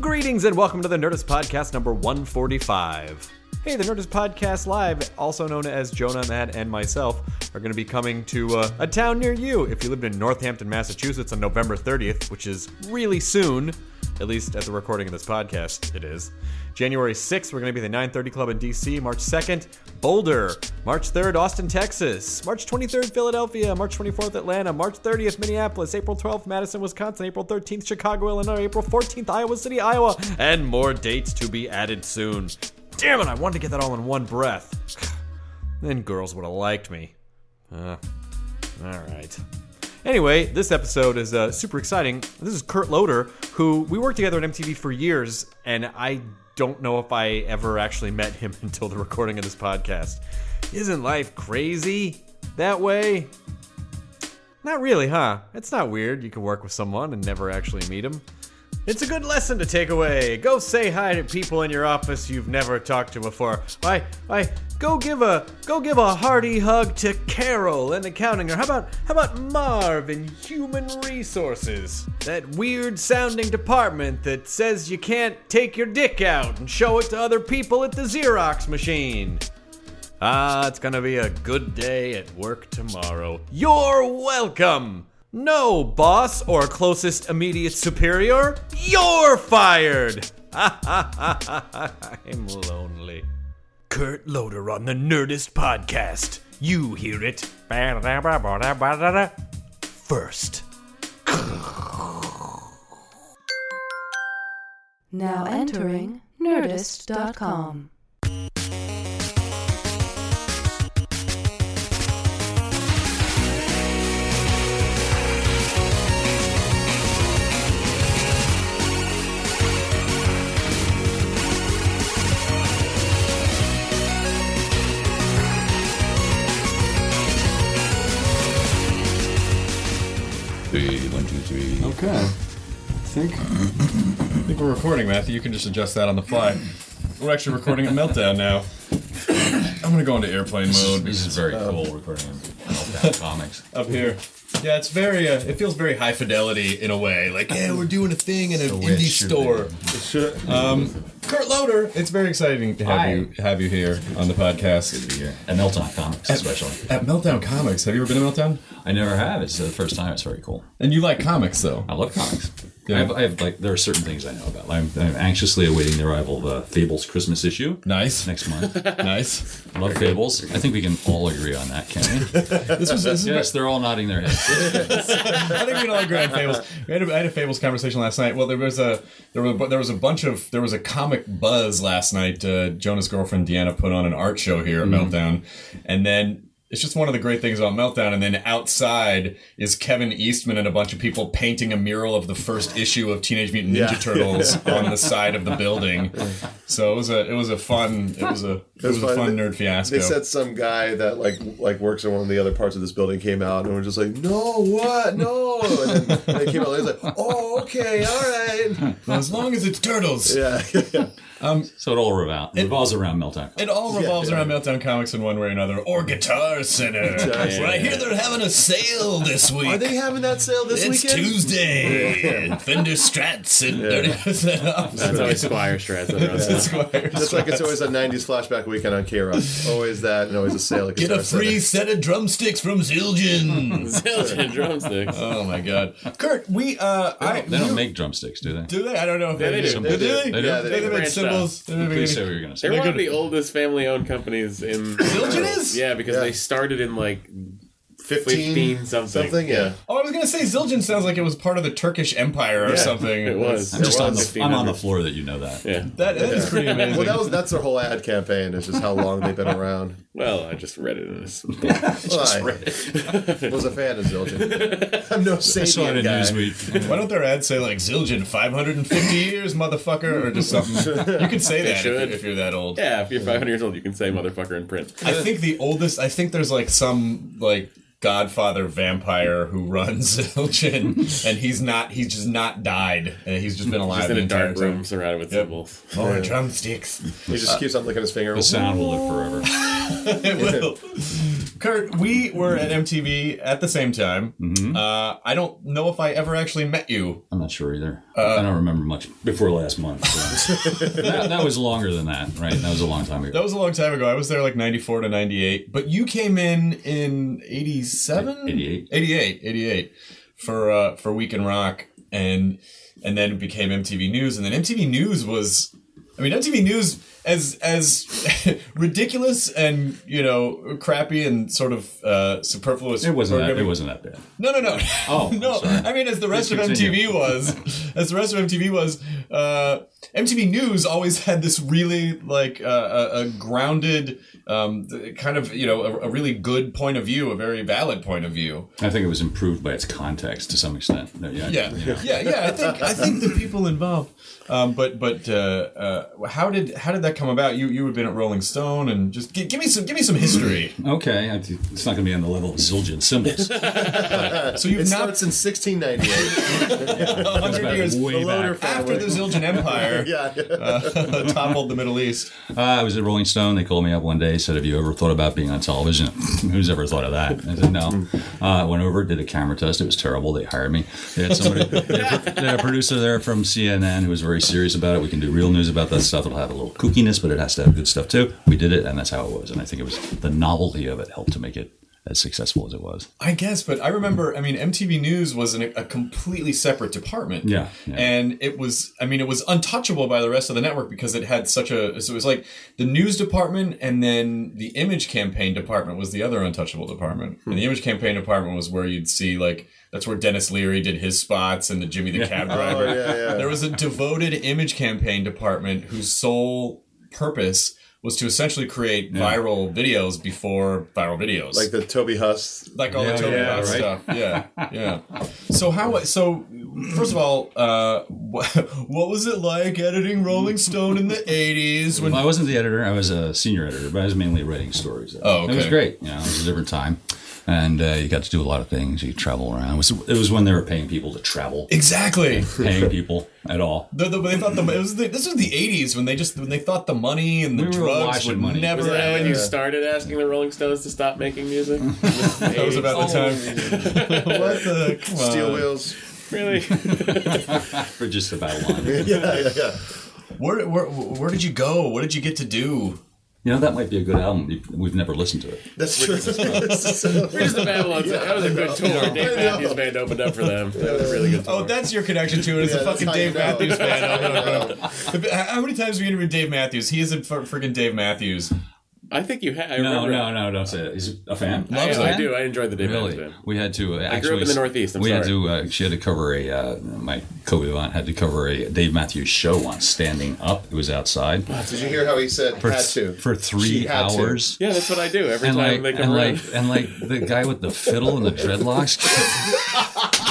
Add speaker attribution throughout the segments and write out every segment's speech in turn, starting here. Speaker 1: Greetings and welcome to the Nerdist Podcast number 145. Hey, the Nerdist Podcast Live, also known as Jonah, Matt, and myself, are going to be coming to uh, a town near you if you lived in Northampton, Massachusetts on November 30th, which is really soon, at least at the recording of this podcast, it is. January 6th, we're going to be at the 930 Club in D.C. March 2nd, Boulder. March 3rd, Austin, Texas. March 23rd, Philadelphia. March 24th, Atlanta. March 30th, Minneapolis. April 12th, Madison, Wisconsin. April 13th, Chicago, Illinois. April 14th, Iowa City, Iowa. And more dates to be added soon. Damn it, I wanted to get that all in one breath. then girls would have liked me. Uh, all right. Anyway, this episode is uh, super exciting. This is Kurt Loder, who we worked together at MTV for years, and I don't know if I ever actually met him until the recording of this podcast. Isn't life crazy that way? Not really, huh? It's not weird. You can work with someone and never actually meet them. It's a good lesson to take away. Go say hi to people in your office you've never talked to before. Why, why? Go give a go give a hearty hug to Carol in accounting, or how about how about Marv in human resources? That weird sounding department that says you can't take your dick out and show it to other people at the Xerox machine. Ah, it's gonna be a good day at work tomorrow. You're welcome! No, boss or closest immediate superior, you're fired! I'm lonely. Kurt Loder on the Nerdist Podcast. You hear it first.
Speaker 2: Now entering Nerdist.com.
Speaker 3: Three, one, two, three.
Speaker 4: Okay. I think I think we're recording, Matthew. You can just adjust that on the fly. We're actually recording a meltdown now. I'm gonna go into airplane mode.
Speaker 3: This is
Speaker 4: Uh,
Speaker 3: very cool recording on Meltdown Comics.
Speaker 4: up here. Yeah, it's very. Uh, it feels very high fidelity in a way. Like, yeah, we're doing a thing in an
Speaker 3: way it
Speaker 4: indie
Speaker 3: should
Speaker 4: store. Um, Kurt Loader, it's very exciting to have
Speaker 3: Hi.
Speaker 4: you have you here on the podcast
Speaker 3: At Meltdown Comics, especially.
Speaker 4: at Meltdown Comics. Have you ever been to Meltdown?
Speaker 3: I never have. It's the first time. It's very cool.
Speaker 4: And you like comics, though.
Speaker 3: I love comics.
Speaker 4: Yeah.
Speaker 3: I, have, I have like there are certain things I know about. I'm, I'm anxiously awaiting the arrival of uh, Fables Christmas issue
Speaker 4: Nice,
Speaker 3: next month.
Speaker 4: nice.
Speaker 3: I love Fables. I think we can all agree on that, can we?
Speaker 4: This was this is
Speaker 3: yes, they're all nodding their heads.
Speaker 4: I think we don't like grad fables. We had a, I had a fables conversation last night. Well, there was a there was a, there was a bunch of there was a comic buzz last night. Uh, Jonah's girlfriend Deanna put on an art show here at
Speaker 5: Mm-hmm.
Speaker 4: Meltdown, and then. It's just one of the great things about Meltdown. And then outside is Kevin Eastman and a bunch of people painting a mural of the first issue of Teenage Mutant Ninja Turtles on the side of the building. So it was a it was a fun it was a it was, a
Speaker 5: fun.
Speaker 4: fun nerd fiasco.
Speaker 5: They said some guy that like like works in one of the other parts of this building came out and we're just like, no, what, no, and then they came out. They was like, oh, okay, all right,
Speaker 4: as long as it's turtles.
Speaker 5: yeah,
Speaker 3: so it all revolves, revolves around Meltdown.
Speaker 4: It all revolves around Meltdown Comics in one way or another, or Guitar Center. Where I hear they're having a sale this week.
Speaker 5: Are they having that sale this
Speaker 4: it's
Speaker 5: weekend?
Speaker 4: Tuesday. and Fender Strats and thirty percent off.
Speaker 6: That's always Squire Strats. that are
Speaker 4: It's
Speaker 6: us.
Speaker 4: Squires.
Speaker 5: That's like it's always a '90s flashback weekend on K Rock. Always that, and always a sale. at
Speaker 4: Get a
Speaker 5: Guitar Center.
Speaker 4: free set of drumsticks from
Speaker 6: Hmm.
Speaker 4: Zildjian.
Speaker 6: Zildjian drumsticks.
Speaker 4: oh my god, Kurt, we uh, I,
Speaker 3: They don't
Speaker 4: you-
Speaker 3: make drumsticks, do they?
Speaker 4: do they? I don't know if
Speaker 6: Yeah,
Speaker 4: they,
Speaker 6: they
Speaker 4: do.
Speaker 6: do.
Speaker 3: They
Speaker 4: do.
Speaker 3: do.
Speaker 4: They,
Speaker 3: They do.
Speaker 4: they,
Speaker 5: They
Speaker 4: make
Speaker 6: branch
Speaker 4: symbols. They make-
Speaker 3: Please say what you're going to say.
Speaker 6: They're one of the oldest family-owned companies in.
Speaker 4: Zildjian is?
Speaker 6: Yeah, because they started in like
Speaker 5: 15,
Speaker 6: 15 something.
Speaker 5: something. Yeah,
Speaker 4: Oh, I was gonna say Zildjian sounds like it was part of the Turkish Empire or something.
Speaker 6: It was.
Speaker 3: I'm just on the, I'm on the
Speaker 6: 1500s.
Speaker 3: floor that you know that.
Speaker 6: Yeah.
Speaker 4: That that is pretty amazing.
Speaker 5: well, that was that's their whole ad campaign. It's just how long they've been around.
Speaker 6: Well, I just read it in this.
Speaker 5: Well, I was a fan of Zildjian. I'm no
Speaker 3: I saw it
Speaker 5: Sabian
Speaker 3: in
Speaker 5: guy.
Speaker 3: Newsweek.
Speaker 4: Why don't their ads say like Zildjian 550 years, motherfucker, or just something? You could say that if, you-
Speaker 6: should.
Speaker 4: if you're that old.
Speaker 6: yeah, if you're 500 years old, you can say motherfucker in print.
Speaker 4: I think the oldest. I think there's like some like Godfather vampire who runs Zildjian, and he's not. He's just not died. And he's just been alive
Speaker 6: Just in
Speaker 4: the
Speaker 6: a
Speaker 4: entire
Speaker 6: dark
Speaker 4: time.
Speaker 6: room surrounded with symbols.
Speaker 4: More drumsticks.
Speaker 5: He just keeps on licking his finger.
Speaker 3: The sound will live forever.
Speaker 4: it will. Kurt, we were at MTV at the same time.
Speaker 6: Mm-hmm.
Speaker 4: Uh, I don't know if I ever actually met you.
Speaker 3: I'm not sure either.
Speaker 4: Uh,
Speaker 3: I don't remember much before last month. so. that, that was longer than that, right? That was a long time ago.
Speaker 4: That was a long time ago. I was there like 94 to 98, but you came in in 87?
Speaker 3: 88.
Speaker 4: 88, 88 for uh for Week in Rock and and then it became MTV News and then MTV News was I mean MTV News as as ridiculous and you know crappy and sort of uh superfluous
Speaker 3: it wasn't that. It
Speaker 4: programming-
Speaker 3: wasn't that bad.
Speaker 4: no, no, no.
Speaker 3: Oh, I'm
Speaker 4: no.
Speaker 3: sorry.
Speaker 4: I mean, as the rest of
Speaker 3: Please continue.
Speaker 4: MTV was, as the rest of MTV was, uh, MTV News always had this really like uh, a, a grounded, um, th- kind of you know a, a really good point of view, a very valid point of view.
Speaker 3: I think it was improved by its context to some extent. No, yeah,
Speaker 4: Yeah,
Speaker 3: you know.
Speaker 4: yeah, yeah. I think I think the people involved. Um, but but uh, uh, how did how did that come about? You you had been at Rolling Stone and just gi- give me some give me some history.
Speaker 3: Okay, I- it's not going to be on the level of Zildjian symbols.
Speaker 4: So you've
Speaker 5: It
Speaker 4: now
Speaker 5: starts in 1698.
Speaker 4: 100 years
Speaker 3: Way
Speaker 5: loader
Speaker 3: back.
Speaker 4: after the Zildjian Empire uh,
Speaker 5: yeah,
Speaker 4: toppled the Middle East.
Speaker 3: Uh, I was at Rolling Stone. They called me up one day. Said, "Have you ever thought about being on television?" Who's ever thought of that? I said, "No." Uh, I went over, did a camera test. It was terrible. They hired me. They had somebody, they had a- they had a producer there from CNN who was very serious about it. We can do real news about that stuff. It'll have a little kookiness, but it has to have good stuff too. We did it, and that's how it was. And I think it was the novelty of it helped to make it as successful as it was.
Speaker 4: I guess, but I remember. I mean, MTV News was an, a completely separate department.
Speaker 3: Yeah, yeah.
Speaker 4: and it was. I mean, it was untouchable by the rest of the network because it had such a. So it was like the news department, and then the image campaign department was the other untouchable department.
Speaker 3: Hmm.
Speaker 4: And the image campaign department was where you'd see like that's where Dennis Leary did his spots and the Jimmy the Cab Driver.
Speaker 5: Oh, yeah, yeah.
Speaker 4: There was a devoted image campaign department whose sole purpose was to essentially create viral videos before viral videos
Speaker 5: Like the Toby Huss.
Speaker 4: like all
Speaker 3: Yeah,
Speaker 4: the Toby
Speaker 3: yeah,
Speaker 4: Huss
Speaker 3: right.
Speaker 4: stuff. Yeah, yeah. So how? So first of all, uh, what, what was it like editing Rolling Stone in the eighties? When
Speaker 3: Well, I wasn't the editor. I was a senior editor, but I was mainly writing stories.
Speaker 4: Oh,
Speaker 3: It was
Speaker 4: okay.
Speaker 3: great. You know, it was a different time. And uh, you got to do a lot of things. You travel around. It was, it was when they were paying people to travel,
Speaker 4: exactly.
Speaker 3: paying people at all.
Speaker 4: The, the, they thought the it was the, this was the eighties when they just when they thought the money and the
Speaker 3: We were
Speaker 4: drugs
Speaker 3: washing
Speaker 4: would
Speaker 3: money.
Speaker 4: never
Speaker 6: Was that when
Speaker 4: end.
Speaker 6: you started asking the Rolling Stones to stop making music? that
Speaker 4: That was about the time. what the come on.
Speaker 5: Steel wheels.
Speaker 6: Really?
Speaker 3: For just about one.
Speaker 5: Yeah, yeah, yeah.
Speaker 4: Where, where where did you go? What did you get to do?
Speaker 3: you know, that might be a good album. You- We've never listened to it.
Speaker 5: That's true.
Speaker 6: Here's the Babylon. Song. That was a good tour. Dave Matthews Band opened up for them. That was a really good tour.
Speaker 4: Oh, that's your connection to it. It's a
Speaker 5: Yeah, that's
Speaker 4: fucking
Speaker 5: how you
Speaker 4: Dave
Speaker 5: know.
Speaker 4: Matthews band.
Speaker 5: That's how you know.
Speaker 4: How many times have you interviewed Dave Matthews? He is a fr- freaking Dave Matthews.
Speaker 6: I think you had. I
Speaker 3: No,
Speaker 6: remember
Speaker 3: no, no, don't say that. He's a fan.
Speaker 6: I,
Speaker 3: Loves
Speaker 6: I
Speaker 3: it.
Speaker 6: do. I enjoyed the Dave
Speaker 3: Really?
Speaker 6: Matthews Band.
Speaker 3: We had to. Uh, actually,
Speaker 6: grew up in the Northeast, I'm
Speaker 3: we had
Speaker 6: sorry.
Speaker 3: to. Uh, she had to cover a. Uh, my co-aunt had to cover a Dave Matthews show once, standing up. It was outside
Speaker 5: Did you hear how he said
Speaker 3: for
Speaker 5: had to?
Speaker 3: for
Speaker 5: She
Speaker 3: three
Speaker 5: had to.
Speaker 3: hours.
Speaker 6: Yeah, that's what I do every
Speaker 3: and like,
Speaker 6: time they
Speaker 3: and
Speaker 6: come around.
Speaker 3: like, and like the guy with the fiddle and the dreadlocks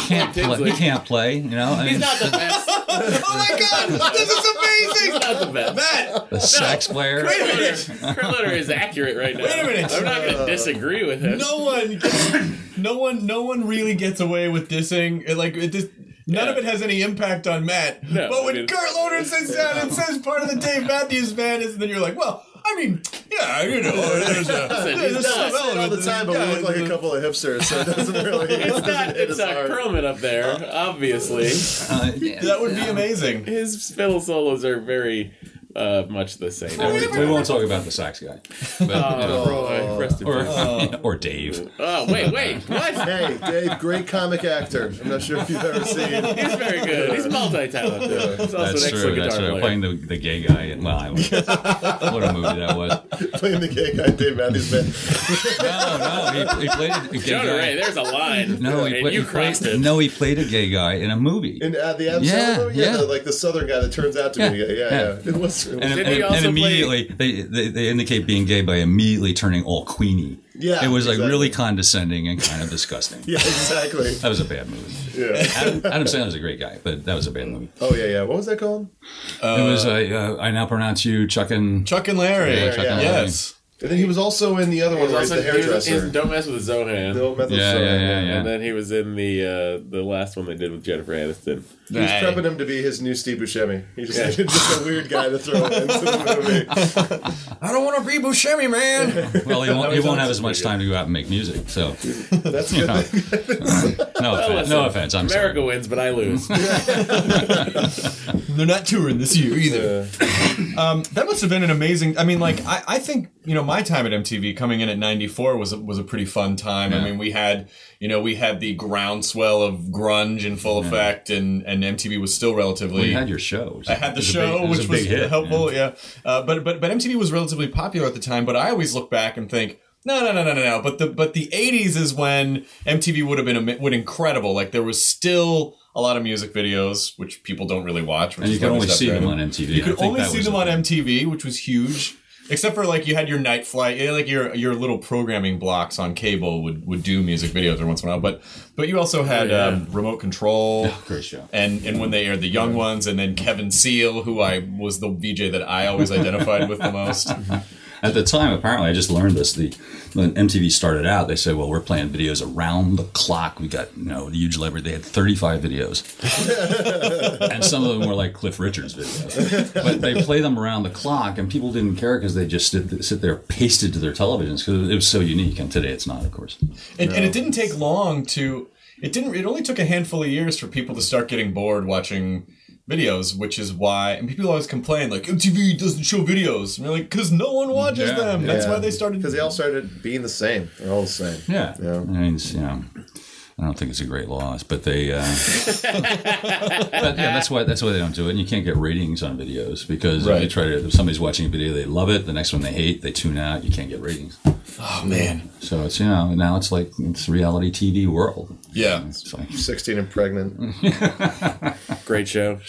Speaker 3: can't, can't play. He can't play. You know, I mean,
Speaker 6: He's not the best.
Speaker 4: Oh my god, this is amazing!
Speaker 6: Not the best.
Speaker 4: Matt,
Speaker 3: the sax player.
Speaker 4: wait a minute.
Speaker 6: Kurt Loder is accurate right now.
Speaker 4: Wait a minute.
Speaker 6: I'm not going to disagree with him.
Speaker 4: No one, gets, no one, no one really gets away with dissing. It, Like it, this, None of it has any impact on Matt.
Speaker 6: No,
Speaker 4: but
Speaker 6: I
Speaker 4: when
Speaker 6: mean-
Speaker 4: Kurt Loder sits down and says part of the Dave Matthews Band is, then you're like, well, I mean, yeah, you know, there's a,
Speaker 6: He's
Speaker 4: there's
Speaker 6: nuts.
Speaker 4: some
Speaker 5: I say it all
Speaker 4: element
Speaker 5: the
Speaker 4: to
Speaker 5: time,
Speaker 4: this
Speaker 5: but we
Speaker 4: guy.
Speaker 5: look like a couple of hipsters, so it doesn't really.
Speaker 6: It's not. It's
Speaker 5: a
Speaker 6: not Perlman up there, obviously.
Speaker 3: Uh, yeah.
Speaker 4: That would be amazing.
Speaker 6: His fiddle solos are very uh, much the same.
Speaker 3: Yeah, we, we won't talk about the sax guy, but, you know,
Speaker 6: Oh, rest in
Speaker 3: or,
Speaker 6: peace.
Speaker 3: or Dave.
Speaker 6: Oh, wait, wait, what?
Speaker 5: Hey, Dave, great comic actor. I'm not sure if you've ever seen.
Speaker 6: He's very good. He's multi-talented. He's also
Speaker 3: That's
Speaker 6: an
Speaker 3: true.
Speaker 6: excellent
Speaker 3: That's
Speaker 6: guitar
Speaker 3: true.
Speaker 6: player.
Speaker 3: Playing the, the gay guy. In, well, I was, what a movie that was.
Speaker 5: playing the gay guy Dave Matthews Band.
Speaker 3: No, no, he, he played a gay
Speaker 6: Jonah
Speaker 3: guy.
Speaker 6: Ray, there's a line.
Speaker 3: No, he,
Speaker 6: and
Speaker 3: played,
Speaker 6: you
Speaker 3: he
Speaker 6: crossed
Speaker 3: played-
Speaker 6: it.
Speaker 3: No, he played a gay guy in a movie.
Speaker 5: In uh, the Adam
Speaker 3: Yeah,
Speaker 5: Sandler movie? yeah,
Speaker 3: yeah.
Speaker 5: the- like the southern guy that turns out to be
Speaker 3: Yeah,
Speaker 5: gay. Yeah,
Speaker 3: yeah.
Speaker 5: yeah. It was. It was
Speaker 3: and,
Speaker 6: Didn't
Speaker 3: and-
Speaker 6: he
Speaker 3: and
Speaker 6: also
Speaker 3: immediately they, they they indicate being gay by immediately turning all queenie.
Speaker 5: Yeah,
Speaker 3: it was like
Speaker 5: exactly.
Speaker 3: really condescending and kind of disgusting.
Speaker 5: yeah, exactly.
Speaker 3: That was a bad movie.
Speaker 5: Yeah.
Speaker 3: Adam, Adam Sandler's a great guy, but that was a bad movie.
Speaker 5: Oh yeah, yeah. What was that called?
Speaker 3: it was uh, uh, I now pronounce you chucking.
Speaker 4: Chuck and Larry.
Speaker 3: Yeah, Chuck
Speaker 5: and
Speaker 4: yes.
Speaker 5: And then he was also in the other
Speaker 6: He
Speaker 5: one,
Speaker 6: was
Speaker 5: right?
Speaker 6: also-
Speaker 5: The
Speaker 6: he was
Speaker 5: hairdresser.
Speaker 6: in Don't mess with Zohan.
Speaker 5: No, Method
Speaker 3: Yeah,
Speaker 5: Son,
Speaker 3: yeah, yeah, yeah.
Speaker 6: And then he was in the uh, the last one they did with Jennifer Aniston.
Speaker 5: He was prepping him to be his new Steve Buscemi. He just needed just a weird guy to throw into the movie.
Speaker 4: I don't want to be Buscemi, man.
Speaker 3: Well, he won't, he won't have as much time to go out and make music. So
Speaker 5: That's good.
Speaker 3: no offense. No offense. I'm
Speaker 6: America
Speaker 3: sorry.
Speaker 6: wins, but I lose.
Speaker 4: They're not touring this year either. um, that must have been an amazing. I mean, like I, I think you know my time at MTV coming in at '94 was a, was a pretty fun time. I mean, we had you know we had the groundswell of grunge in full effect, and and MTV was still relatively.
Speaker 3: You had your show.
Speaker 4: I had
Speaker 3: It
Speaker 4: the
Speaker 3: a
Speaker 4: show,
Speaker 3: big- it
Speaker 4: which
Speaker 3: a
Speaker 4: was
Speaker 3: big hit,
Speaker 4: helpful. Yeah, Uh, but but but MTV was relatively popular at the time. But I always look back and think. No, no, no, no, no, no. But the but the '80s is when MTV would have been am- would incredible. Like there was still a lot of music videos, which people don't really watch. Which
Speaker 3: And you
Speaker 4: is
Speaker 3: could
Speaker 4: why we
Speaker 3: only
Speaker 4: stopped
Speaker 3: see them
Speaker 4: doing
Speaker 3: on MTV.
Speaker 4: You
Speaker 3: I
Speaker 4: could
Speaker 3: think
Speaker 4: only
Speaker 3: that
Speaker 4: see
Speaker 3: was
Speaker 4: them
Speaker 3: the
Speaker 4: on
Speaker 3: thing.
Speaker 4: MTV, which was huge. Except for like you had your night flight, eh, like your your little programming blocks on cable would would do music videos every once in a while. But but you also had
Speaker 6: yeah.
Speaker 4: um, remote control
Speaker 3: Oh, Great show.
Speaker 4: and and when they aired the young ones, and then Kevin Seal, who I was the VJ that I always identified with the most.
Speaker 3: At the time, apparently, I just learned this. The when MTV started out, they said, "Well, we're playing videos around the clock. We got you know the huge library. They had 35 videos, and some of them were like Cliff Richards videos. But they play them around the clock, and people didn't care because they just sit, sit there pasted to their televisions because it was so unique. And today, it's not, of course.
Speaker 4: And, and it didn't take long to. It didn't. It only took a handful of years for people to start getting bored watching videos, which is why. And people always complain like MTV doesn't show videos. And you're like, because no one watches
Speaker 3: Yeah.
Speaker 4: them. That's why they started.
Speaker 5: Because they all started being the same. They're all the same.
Speaker 3: Yeah, I mean, it's, you know, I don't think it's a great loss, but they, uh, but yeah, that's why that's why they don't do it. And you can't get ratings on videos because if you
Speaker 4: Right.
Speaker 3: try to, if somebody's watching a video, they love it. The next one they hate, they tune out. You can't get ratings.
Speaker 4: Oh man.
Speaker 3: So it's you know now it's like it's reality TV world.
Speaker 4: Yeah.
Speaker 3: It's like,
Speaker 5: 16 and pregnant.
Speaker 6: Great show.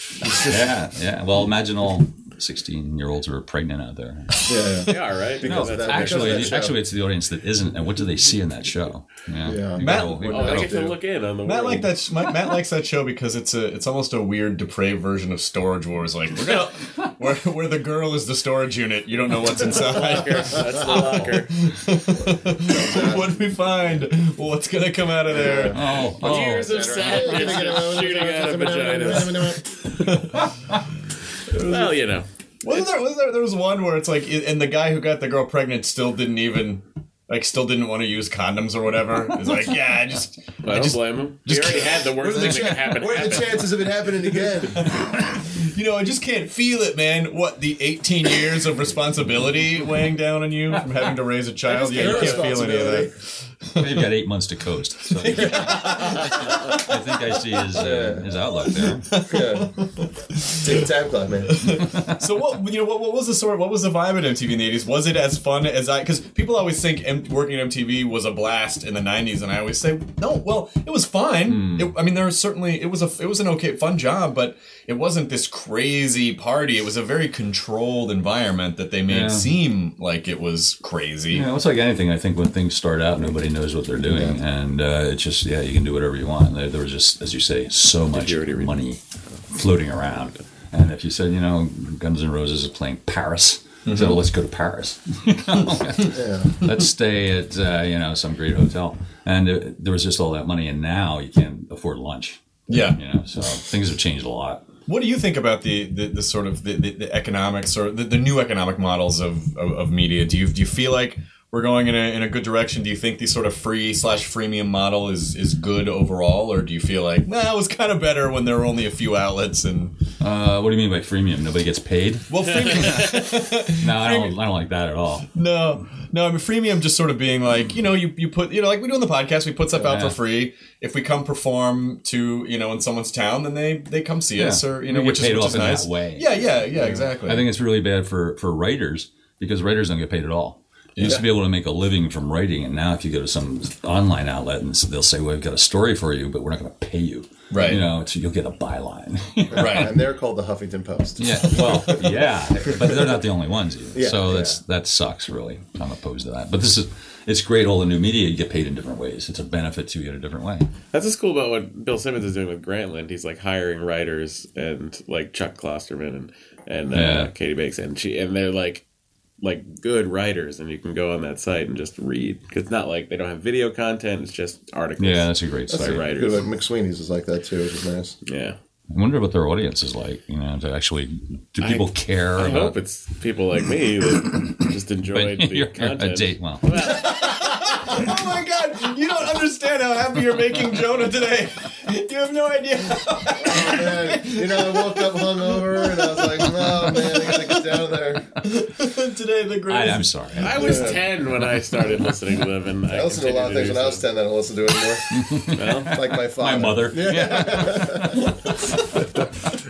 Speaker 3: yeah, yeah. Well, imagine all sixteen-year-olds who are pregnant out there.
Speaker 5: Yeah.
Speaker 6: Yeah, all right.
Speaker 3: No,
Speaker 5: Because of that-
Speaker 3: actually,
Speaker 5: because of that
Speaker 3: actually, it's the audience that isn't. And what do they see in that show? Yeah,
Speaker 5: Yeah.
Speaker 3: You
Speaker 4: Matt-
Speaker 3: gotta- you
Speaker 6: oh, I
Speaker 3: gotta-
Speaker 6: get to look in on the
Speaker 4: Matt
Speaker 6: world.
Speaker 4: like that. sh- Matt, Matt likes that show because it's a. It's almost a weird, depraved version of Storage Wars. Like we're gonna, where, where the girl is the storage unit. You don't know what's inside.
Speaker 6: That's the locker.
Speaker 4: what did we find? What's gonna come out of there?
Speaker 3: Oh, oh.
Speaker 6: Years of sadness just shooting out of vaginas.
Speaker 5: vaginas.
Speaker 6: Well, you know.
Speaker 4: Wasn't there, wasn't there? There was one where it's like, i- and the guy who got the girl pregnant still didn't even, like, still didn't want to use condoms or whatever. It's like, yeah, I just.
Speaker 6: I don't blame him. He already had the worst thing that could happen.
Speaker 5: What are the
Speaker 6: happen.
Speaker 5: chances of it happening again?
Speaker 4: You know, I just can't feel it, man. What the 18 years of responsibility weighing down on you from having to raise a child? Yeah, you can't feel any of that.
Speaker 3: They've got eight months to coast. So. I think I see his, uh, his outlook there.
Speaker 5: Take a time clock, man.
Speaker 4: So what? You know, what, what was the sort? What was the vibe at MTV in the 80s? Was it as fun as I? Because people always think M- working at MTV was a blast in the 90s, and I always say, no. Well, it was
Speaker 3: Hmm.
Speaker 4: fine. It, I mean, there was certainly it was a it was an okay fun job, but it wasn't this crazy party. It was a very controlled environment that they made
Speaker 3: Yeah.
Speaker 4: seem like it was crazy.
Speaker 3: Yeah, it's like anything. I think when things start out, nobody knows what they're doing, and uh, it's just yeah, you can do whatever you want. There, there was just, as you say, so much money floating around, and if you said, you know, Guns N' Roses is playing Paris. So let's go to Paris. Let's stay at uh, you know some great hotel, and uh, there was just all that money. And now you can't afford lunch.
Speaker 4: Yeah.
Speaker 3: You know, so things have changed a lot.
Speaker 4: What do you think about the the, the sort of the, the, the economics or the, the new economic models of, of, of media? Do you do you feel like we're going in a, in a good direction? Do you think the sort of free slash freemium model is is good overall, or do you feel like nah, it was kind of better when there were only a few outlets and
Speaker 3: Uh, what do you mean by freemium? Nobody gets paid?
Speaker 4: well, freemium,
Speaker 3: No, I don't, I don't like that at all.
Speaker 4: no, no, I mean freemium just sort of being like you know you you put you know like we do on the podcast, we put stuff out for
Speaker 3: Yeah.
Speaker 4: free. If we come perform to you know in someone's town, then they they come see us
Speaker 3: Yeah.
Speaker 4: or you
Speaker 3: We
Speaker 4: know
Speaker 3: get
Speaker 4: which is
Speaker 3: paid
Speaker 4: which
Speaker 3: off
Speaker 4: is
Speaker 3: in that
Speaker 4: nice.
Speaker 3: way.
Speaker 4: Yeah, yeah, yeah, exactly.
Speaker 3: I think it's really bad for, for writers because writers don't get paid at all. You used to be able to make a living from writing, and now if you go to some online outlet and they'll say, "Well, we've got a story for you, but we're not going to pay you,"
Speaker 4: Right.
Speaker 3: You know, so you'll get a byline.
Speaker 4: right.
Speaker 5: and they're called the Huffington Post.
Speaker 3: yeah, well, yeah, but they're not the only ones. Either.
Speaker 5: Yeah,
Speaker 3: so that's that sucks. Really, I'm opposed to that. But this is it's great. All the new media you get paid in different ways. It's a benefit to you in a different way.
Speaker 6: That's what's cool about what Bill Simmons is doing with Grantland. He's like hiring writers and like Chuck Klosterman and and uh,
Speaker 3: Yeah.
Speaker 6: Katie Bakes, and she and they're like like good writers, and you can go on that site and just read. 'Cause It's not like they don't have video content; it's just articles.
Speaker 3: Yeah, that's a great
Speaker 6: by
Speaker 3: site.
Speaker 5: Good,
Speaker 6: writers.
Speaker 5: like McSweeney's is like that too, which is nice.
Speaker 6: Yeah,
Speaker 3: I wonder what their audience is like. You know, to actually do people care
Speaker 6: I
Speaker 3: about
Speaker 6: hope it's people like me that just enjoyed the
Speaker 3: you're a
Speaker 6: content.
Speaker 3: date? Well,
Speaker 4: Oh my god, you don't understand how happy you're making Jonah today. You have no idea.
Speaker 5: Man, you know, I woke up hungover and I was like, oh man, I gotta get down there.
Speaker 4: today the
Speaker 3: I,
Speaker 4: greatest.
Speaker 3: I'm sorry.
Speaker 6: I was ten when I started listening to them, and I,
Speaker 5: I listened to a lot of things when I was 10 that I don't listen to anymore. like my
Speaker 3: my
Speaker 5: father.
Speaker 3: mother. Yeah.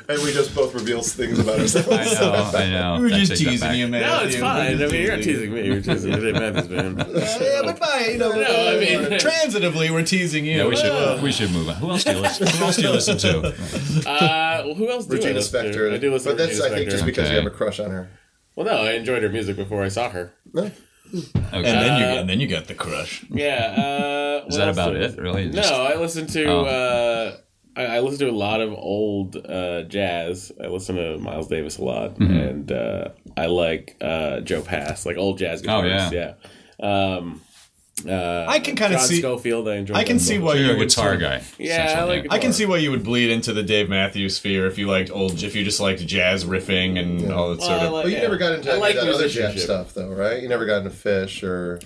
Speaker 5: And we just both reveal things about
Speaker 3: I
Speaker 5: ourselves.
Speaker 3: know. I know.
Speaker 4: We were
Speaker 3: I
Speaker 4: just
Speaker 3: take that
Speaker 4: teasing
Speaker 3: back.
Speaker 4: you, man.
Speaker 6: No, it's
Speaker 4: You-
Speaker 6: fine. I mean, you're not
Speaker 4: teasing.
Speaker 6: teasing me. You're teasing the Memphis man.
Speaker 4: Yeah, but fine, you know.
Speaker 6: No, I mean-
Speaker 4: transitively, we're teasing you.
Speaker 3: Yeah, we should we should move on. Who else do you listen? Who else do you listen to?
Speaker 6: Uh, well, who else? do I
Speaker 5: Regina
Speaker 6: listen to?
Speaker 5: Spektor.
Speaker 6: I do listen
Speaker 5: But
Speaker 6: to
Speaker 5: that's, I
Speaker 6: Regina
Speaker 5: think,
Speaker 6: Spektor.
Speaker 5: just because you
Speaker 3: Okay.
Speaker 5: have a crush on her.
Speaker 6: Well, no, I enjoyed her music before I saw her.
Speaker 5: No?
Speaker 3: Okay.
Speaker 4: And then you and then you got the crush.
Speaker 6: Yeah. Uh,
Speaker 3: Is
Speaker 6: what
Speaker 3: that
Speaker 6: else
Speaker 3: about
Speaker 6: did I
Speaker 3: it,
Speaker 6: listen-
Speaker 3: really?
Speaker 6: No,
Speaker 3: Just-
Speaker 6: I listen to.
Speaker 3: Oh.
Speaker 6: Uh, I, I listen to a lot of old uh, jazz. I listen to Miles Davis a lot,
Speaker 5: Mm-hmm.
Speaker 6: and uh, I like uh, Joe Pass, like old jazz
Speaker 3: Oh,
Speaker 6: guitarists. yeah. Um, uh,
Speaker 4: I can kinda
Speaker 6: John
Speaker 4: see-
Speaker 6: Schofield. I enjoy.
Speaker 4: I can
Speaker 6: them.
Speaker 4: see why
Speaker 3: You're
Speaker 4: you
Speaker 3: a
Speaker 4: would
Speaker 3: guitar
Speaker 4: sort of-
Speaker 3: guy.
Speaker 6: Yeah, I
Speaker 3: essentially,
Speaker 6: like.
Speaker 4: I can see why you would bleed into the Dave Matthews sphere if you liked old, if you just liked jazz riffing and all that
Speaker 6: Well,
Speaker 4: sort
Speaker 6: I
Speaker 4: of.
Speaker 6: like-
Speaker 5: But you
Speaker 6: yeah.
Speaker 5: never got into
Speaker 6: I
Speaker 5: any
Speaker 6: like
Speaker 5: of that other jazz
Speaker 6: musicianship.
Speaker 5: stuff, though, right? You never got into fish or.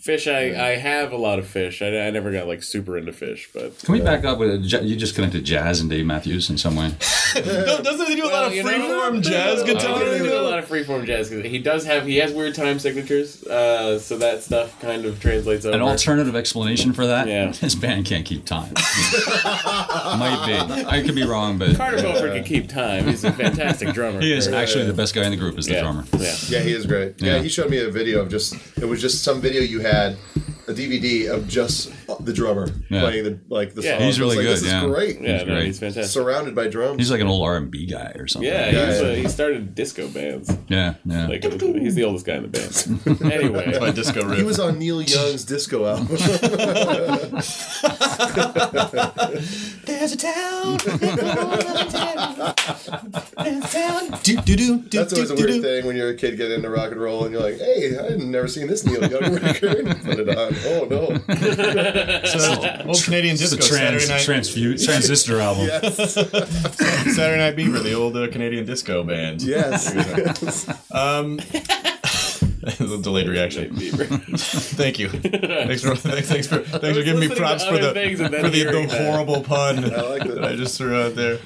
Speaker 6: Fish, I, I have a lot of fish. I, I never got like super into fish, but
Speaker 3: Can we back up with j- you? Just connected jazz and Dave Matthews in some way.
Speaker 4: Don't- Doesn't he do a lot of
Speaker 6: you know-
Speaker 4: freeform jazz guitar?
Speaker 6: I do a lot of freeform jazz because he does have he has weird time signatures, uh, so that stuff kind of translates over.
Speaker 3: An alternative explanation for that?
Speaker 6: Yeah.
Speaker 3: His band can't keep time. Might be. I could be wrong, but
Speaker 6: Carter Beauford can keep time. He's a fantastic drummer. uh,
Speaker 3: he is actually the best guy in the group. Is the
Speaker 6: yeah.
Speaker 3: drummer?
Speaker 6: Yeah.
Speaker 5: Yeah, he is great. Yeah.
Speaker 3: Yeah.
Speaker 5: he showed me a video of just it was just some video you had a DVD of just the drummer
Speaker 3: Yeah.
Speaker 5: playing the like the
Speaker 6: Yeah.
Speaker 5: song.
Speaker 3: He's
Speaker 5: I was
Speaker 3: really
Speaker 5: like,
Speaker 3: good,
Speaker 5: This
Speaker 3: yeah.
Speaker 5: is great.
Speaker 6: Yeah, no,
Speaker 3: great.
Speaker 6: he's fantastic.
Speaker 5: Surrounded by drums.
Speaker 3: He's like an old R and B guy or something.
Speaker 6: yeah, he, was,
Speaker 5: Yeah,
Speaker 6: uh,
Speaker 5: yeah.
Speaker 6: he started disco bands.
Speaker 3: Yeah. Yeah.
Speaker 6: Like he's the oldest guy in the band.
Speaker 4: By
Speaker 6: anyway,
Speaker 4: disco
Speaker 5: he
Speaker 4: riff.
Speaker 5: was on Neil Young's disco album.
Speaker 4: There's a town. There's a town. Do, do, do, do,
Speaker 5: That's always
Speaker 4: do,
Speaker 5: a
Speaker 4: do,
Speaker 5: weird
Speaker 4: do.
Speaker 5: thing when you're a kid getting into rock and roll and you're like, hey, I've never seen this Neil Young record. Put it on. Oh no.
Speaker 4: So, old Canadian
Speaker 3: It's a
Speaker 4: disco
Speaker 3: trans,
Speaker 4: Saturday night.
Speaker 3: transfu- transistor album.
Speaker 4: Saturday Night Beaver, the old uh, Canadian disco band.
Speaker 5: Yes.
Speaker 4: It was a delayed reaction. Thank you. Thanks for thanks, thanks for thanks for giving me
Speaker 6: listening
Speaker 4: props
Speaker 6: to
Speaker 4: for
Speaker 6: other
Speaker 4: the
Speaker 6: things and then
Speaker 4: for the, the
Speaker 6: hearing that.
Speaker 4: horrible pun
Speaker 5: I like
Speaker 4: that I
Speaker 5: that.
Speaker 4: just threw out there.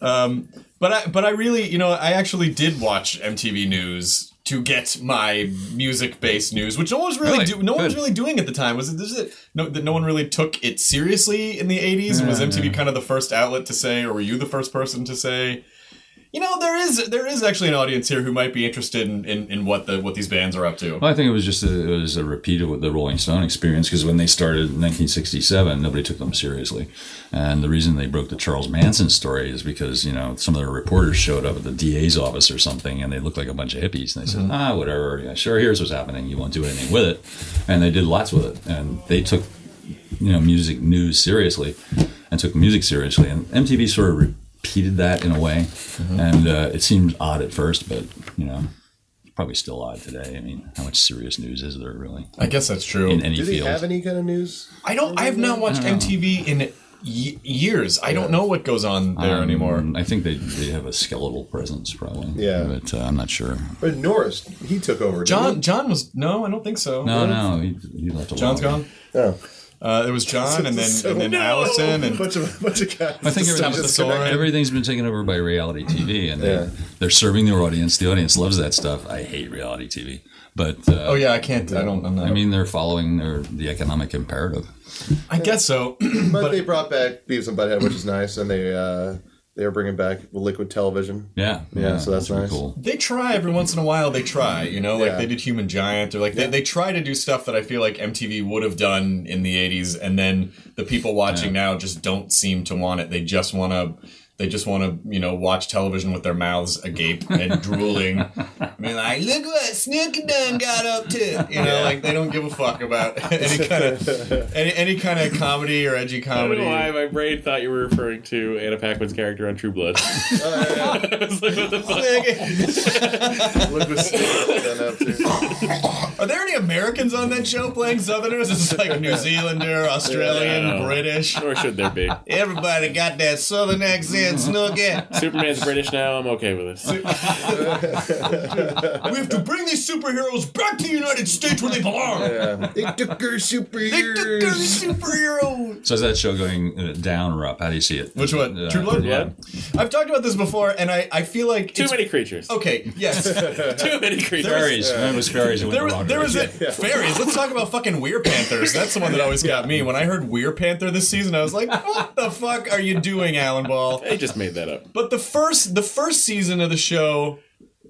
Speaker 4: Um, but I but I really you know I actually did watch MTV News to get my music based news, which no one was really,
Speaker 3: Really?
Speaker 4: do, no one was
Speaker 3: Good.
Speaker 4: really doing at the time. Was it, this is it no that no one really took it seriously in the eighties? was MTV kind of the first outlet to say, or were you the first person to say? You know, there is there is actually an audience here who might be interested in, in, in what the what these bands are up to.
Speaker 3: Well, I think it was just a, it was a repeat of the Rolling Stone experience because when they started in 1967, nobody took them seriously, and the reason they broke the Charles Manson story is because you know some of their reporters showed up at the DA's office or something, and they looked like a bunch of hippies, and they said, ah, whatever, yeah, sure, here's what's happening, you won't do anything with it, and they did lots with it, and they took you know music news seriously and took music seriously and mtv sort of repeated that in a way and uh, it seemed odd at first but you know it's probably still odd today i mean how much serious news is there really
Speaker 4: I guess that's true.
Speaker 3: in any
Speaker 5: Do they
Speaker 3: field
Speaker 5: have any kind of news?
Speaker 3: Mm-hmm.
Speaker 4: I don't. I have not watched MTV in y- years. I don't know what goes on
Speaker 3: Um,
Speaker 4: there anymore.
Speaker 3: I think they, they have a skeletal presence, probably.
Speaker 5: Yeah.
Speaker 3: But uh, I'm not sure.
Speaker 5: But Norris, he took over. didn't
Speaker 4: John, John was no, I don't think so.
Speaker 3: No, no, he, he left a while
Speaker 4: John's
Speaker 3: ago.
Speaker 4: gone.
Speaker 5: he? Oh.
Speaker 4: Uh, it was John, and then and then Allison,
Speaker 5: a
Speaker 4: and
Speaker 5: bunch of, bunch of guys.
Speaker 3: I think
Speaker 5: Just
Speaker 3: everything's,
Speaker 5: disconnected.
Speaker 4: sword.
Speaker 3: everything's been taken over by reality TV, and
Speaker 5: Yeah.
Speaker 3: they, they're serving their audience. The audience loves that stuff. I hate reality TV, but uh,
Speaker 4: oh yeah, I can't. I don't. I'm not.
Speaker 3: I mean they're following their the economic imperative.
Speaker 4: I guess so.
Speaker 5: But, they brought back Beavis and Butthead, which is nice, and they uh, they are bringing back liquid television.
Speaker 3: Yeah,
Speaker 5: Yeah, so that's
Speaker 3: really
Speaker 5: nice.
Speaker 3: cool.
Speaker 4: they try every once in a while. They try, you know, like
Speaker 5: Yeah.
Speaker 4: they did Human Giant, or like they, they try to do stuff that I feel like MTV would have done in the '80s, and then the people watching now just don't seem to want it. They just want to. They just want to, you know, watch television with their mouths agape and drooling. I mean, like, look what Snooky Dun got up to. You know, like they don't give a fuck about any kind of any, any kind of comedy or edgy
Speaker 6: I don't
Speaker 4: comedy.
Speaker 6: know why my brain thought you were referring to Anna Paquin's character on True Blood. I was like, what the fuck?
Speaker 5: Liquid television.
Speaker 4: Are there any Americans on that show playing Southerners? It's like New Zealander, Australian,
Speaker 6: Yeah.
Speaker 4: British.
Speaker 6: Or should there be?
Speaker 4: Everybody got that Southern accent, Snooky.
Speaker 6: Superman's British now. I'm okay with it.
Speaker 4: We have to bring these superheroes back to the United States where they belong.
Speaker 5: yeah. They took
Speaker 4: They took their
Speaker 5: her superheroes.
Speaker 4: superheroes.
Speaker 3: So is that show going uh, down or up? How do you see it?
Speaker 4: Which one?
Speaker 3: Uh,
Speaker 4: True Blood?
Speaker 6: Yeah.
Speaker 4: I've talked about this before, and I, I feel like
Speaker 6: Too
Speaker 4: it's-
Speaker 6: many creatures.
Speaker 4: Okay, yes.
Speaker 6: Too Oh, many creatures.
Speaker 3: Fairies. it was fairies. that went
Speaker 4: There
Speaker 3: the wrong
Speaker 4: was, there was a
Speaker 3: direction.
Speaker 4: fairies. Let's talk about fucking Weir Panthers. That's the one that always got me. When I heard Weir Panther this season, I was like, "What the fuck are you doing, Alan Ball?"
Speaker 6: They just made that up.
Speaker 4: But the first the first season of the show,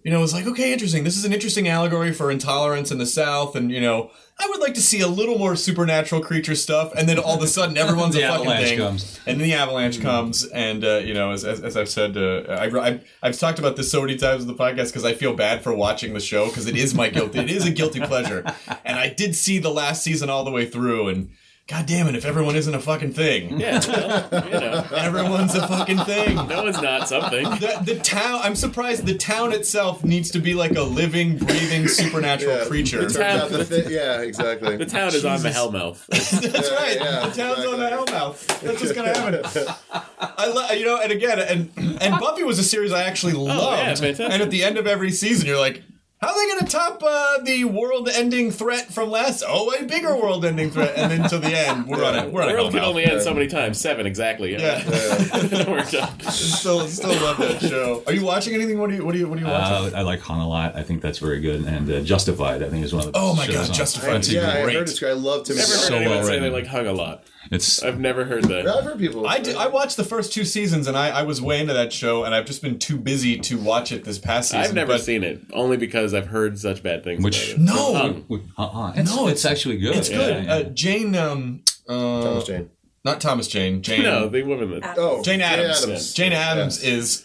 Speaker 4: you know, was like, okay, interesting. This is an interesting allegory for intolerance in the South, and you know, I would like to see a little more supernatural creature stuff. And then all of a sudden, everyone's
Speaker 3: The
Speaker 4: a fucking
Speaker 3: avalanche
Speaker 4: thing.
Speaker 3: comes. Mm-hmm.
Speaker 4: And then the avalanche comes, and uh, you know, as, as, as I've said, uh, I, I, I've talked about this so many times in the podcast because I feel bad for watching the show because it is my guilty, it is a guilty pleasure. And I did see the last season all the way through, and god damn it, if everyone isn't a fucking thing,
Speaker 6: Yeah, well, you know,
Speaker 4: everyone's a fucking thing.
Speaker 6: no one's not something.
Speaker 4: The, the town. I'm surprised the town itself needs to be like a living, breathing supernatural creature.
Speaker 5: Turns out the thi- yeah, exactly.
Speaker 6: The town is on the hellmouth.
Speaker 4: That's right.
Speaker 5: yeah,
Speaker 4: the town's on the hellmouth. That's what's gonna happen. I lo- you know, and again, and and Buffy was a series I actually
Speaker 6: yeah,
Speaker 4: loved.
Speaker 6: fantastic.
Speaker 4: and at the end of every season, you're like. How are they going to top uh, the world-ending threat from last? Oh, a bigger world-ending threat, and then to the end, we're on it. We're on
Speaker 6: The
Speaker 4: a
Speaker 6: world can
Speaker 4: hellmouth.
Speaker 6: only end so many times. Seven, exactly. Yeah. We're done.
Speaker 4: Still, still love that show. Are you watching anything? What do you? What do you? What do you watching?
Speaker 3: Uh, I like Han a lot. I think that's very good. And uh, Justified, I think, is one of the best
Speaker 4: Oh my
Speaker 3: shows
Speaker 4: God,
Speaker 3: on-
Speaker 4: Justified.
Speaker 3: on TV.
Speaker 5: yeah, I
Speaker 4: great.
Speaker 5: heard it's great. I love Timothy.
Speaker 6: Never heard
Speaker 3: So
Speaker 6: anyone
Speaker 3: well
Speaker 6: say they
Speaker 3: written.
Speaker 6: like hung a lot.
Speaker 3: It's
Speaker 6: I've never heard that.
Speaker 5: I've heard people.
Speaker 4: I, did, I watched the first two seasons and I, I was way into that show and I've just been too busy to watch it this past season.
Speaker 6: I've never
Speaker 4: but
Speaker 6: seen it, only because I've heard such bad things.
Speaker 3: Which-
Speaker 6: about it.
Speaker 4: No.
Speaker 3: uh-uh. it's,
Speaker 4: No,
Speaker 3: no, it's actually good.
Speaker 4: It's
Speaker 3: Yeah,
Speaker 4: good.
Speaker 3: yeah.
Speaker 4: Uh, Jane, um, uh,
Speaker 5: Thomas Jane.
Speaker 4: not Thomas Jane. Jane.
Speaker 6: uh, no, the woman that
Speaker 5: Oh,
Speaker 4: Jane Adams.
Speaker 6: Adams.
Speaker 4: Jane Adams is.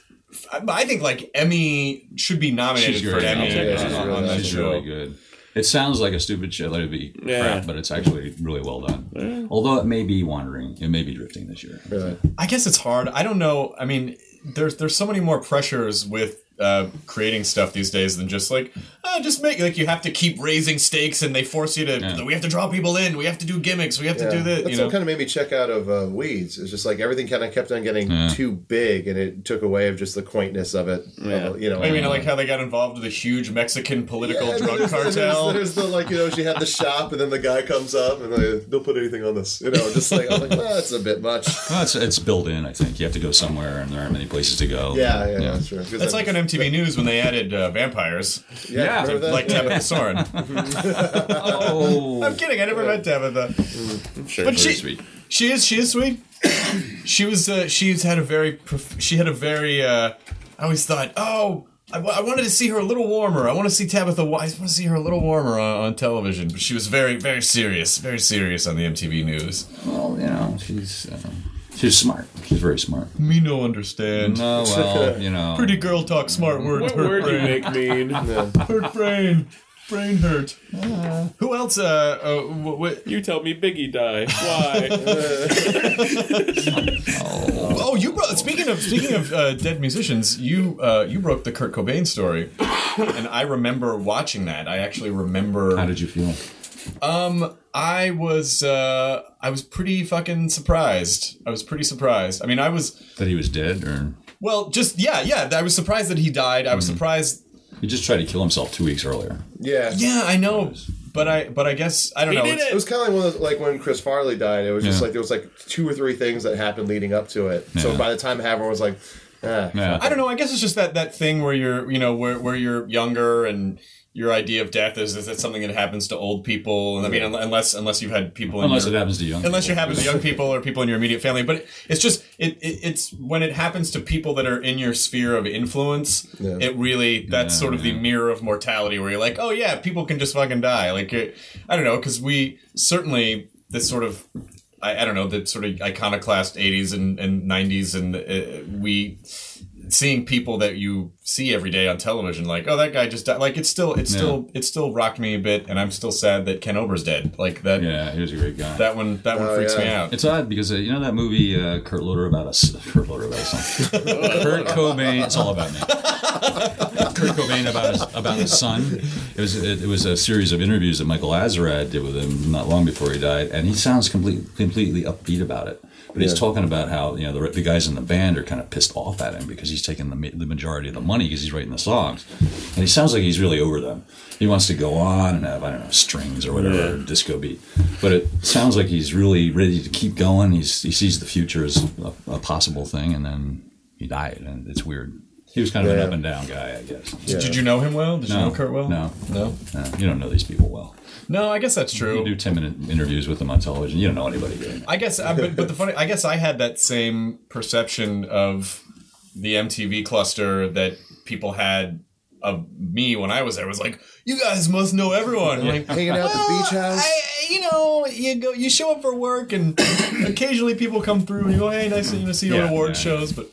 Speaker 4: I- I think like Emmy should be nominated
Speaker 3: she's
Speaker 4: for
Speaker 3: great.
Speaker 4: an Emmy.
Speaker 3: Yeah,
Speaker 5: Yeah,
Speaker 3: she's
Speaker 5: she's
Speaker 3: really,
Speaker 4: on that
Speaker 3: she's
Speaker 4: show.
Speaker 3: really good. It sounds like a stupid show that would be
Speaker 6: Yeah.
Speaker 3: crap, but it's actually really well done. Although it may be wandering, it may be drifting this year.
Speaker 5: Yeah.
Speaker 4: I guess it's hard. I don't know. I mean, there's there's so many more pressures with uh, creating stuff these days than just like uh, just make like you have to keep raising stakes and they force you to. We have to draw people in. We have to do gimmicks. We have to do
Speaker 5: Yeah.
Speaker 4: this.
Speaker 5: That's
Speaker 4: You
Speaker 5: what
Speaker 4: know.
Speaker 5: kind of made me check out of uh, Weeds. It's just like everything kind of kept on getting too big, and it took away of just the quaintness of it. Of, you know,
Speaker 4: I mean, like how they got involved with a huge Mexican political
Speaker 5: Yeah, and
Speaker 4: drug
Speaker 5: there's the- there's-
Speaker 4: cartel.
Speaker 5: There's, the like, you know, she had the shop, and then the guy comes up, and like, don't put anything on this. You know, just like I'm like, well, that's a bit much.
Speaker 3: Well, Uh, it's, it's built in, I think. You have to go somewhere, and there aren't many places to go.
Speaker 5: Yeah, yeah, that's true. 'Cause
Speaker 4: That's
Speaker 5: I'm-
Speaker 4: like on MTV News when they added uh, vampires,
Speaker 5: yeah,
Speaker 3: Yeah.
Speaker 5: remember that?
Speaker 4: like
Speaker 5: Yeah.
Speaker 4: Tabitha Soren.
Speaker 3: Oh,
Speaker 4: I'm kidding. I never met Tabitha.
Speaker 6: I'm sure.
Speaker 4: But
Speaker 3: very
Speaker 4: she,
Speaker 3: sweet.
Speaker 4: She is. She is sweet. she was. Uh, she's had a very. Prof- she had a very. Uh, I always thought, oh, I wa- I wanted to see her a little warmer. I want to see Tabitha. Wa- I want to see her a little warmer on, on television. But she was very, very serious. Very serious on the MTV News.
Speaker 3: well, you know, she's uh, she's smart. She's very smart.
Speaker 4: Me no understand.
Speaker 3: No, well, you know,
Speaker 4: Hmm. Pretty girl talk smart words.
Speaker 6: what
Speaker 4: her
Speaker 6: word do you
Speaker 4: brain.
Speaker 6: make mean?
Speaker 4: Hurt brain. Brain hurt. Who else? Uh, uh what, what?
Speaker 6: You tell me Biggie died. Why?
Speaker 4: Oh, you brought. Speaking of speaking of uh, dead musicians, you uh, you broke the Kurt Cobain story, and I remember watching that. I actually remember.
Speaker 3: How did you feel?
Speaker 4: Um, I was uh, I was pretty fucking surprised. I was pretty surprised. I mean, I was
Speaker 3: That he was dead, or
Speaker 4: well, just yeah, yeah. I was surprised that he died. I was
Speaker 3: Mm-hmm.
Speaker 4: surprised.
Speaker 3: he just tried to kill himself two weeks earlier.
Speaker 5: Yeah.
Speaker 4: Yeah, I know, but I but I guess I don't know.
Speaker 6: did
Speaker 4: It's-
Speaker 5: It was kind of like one of those, like when Chris Farley died. It was just
Speaker 3: Yeah.
Speaker 5: like there was like two or three things that happened leading up to it. So
Speaker 3: Yeah.
Speaker 5: by the time Havner was like, ah,
Speaker 3: Yeah.
Speaker 4: I don't know. I guess it's just that that thing where you're, you know, where where you're younger and your idea of death is is that something that happens to old people. And I mean, un- unless unless you've had people in
Speaker 3: Unless
Speaker 4: your-
Speaker 3: it happens to young
Speaker 4: unless it
Speaker 3: people.
Speaker 4: happens to young people or people in your immediate family. But it's just it, it it's when it happens to people that are in your sphere of influence. It really that's sort of the mirror of mortality where you're like, oh yeah, people can just fucking die. Like it, I don't know because we certainly this sort of I, I don't know the sort of iconoclast 80s and, and 90s and uh, we seeing people that you see every day on television like oh that guy just died like it's still it's still it still rocked me a bit and i'm still sad that ken ober's dead like that
Speaker 3: Yeah, he was a great guy.
Speaker 4: that one that one freaks me out
Speaker 3: It's odd because uh, you know that movie uh, Kurt Loder about us. Kurt Loder about us. Kurt Cobain. It's all about me. Kurt Cobain about his, about his son. It was it, it was a series of interviews that Michael Azarad did with him not long before he died, and he sounds complete, completely upbeat about it. But he's talking about how you know the, the guys in the band are kind of pissed off at him because he's taking the, ma- the majority of the money because he's writing the songs, and he sounds like he's really over them. He wants to go on and have I don't know strings or whatever disco beat, but it sounds like he's really ready to keep going. He's he sees the future as a, a possible thing, and then he died, and it's weird. He was kind of an up and down guy, I guess.
Speaker 4: did you know him well did you know kurt well
Speaker 3: No,
Speaker 4: no
Speaker 3: no, you don't know these people well.
Speaker 4: no i guess that's true
Speaker 3: You do ten minute interviews with them on television. You don't know anybody. Good.
Speaker 4: I guess, I, but, but the funny, I guess I had that same perception of the MTV cluster that people had of me when I was there. It was like, you guys must know everyone. Like,
Speaker 5: hanging out at the beach house.
Speaker 4: I, you know, you go, you show up for work, and occasionally people come through and you go, hey, nice to you know, see you at
Speaker 3: Yeah,
Speaker 4: award
Speaker 3: yeah.
Speaker 4: shows, but.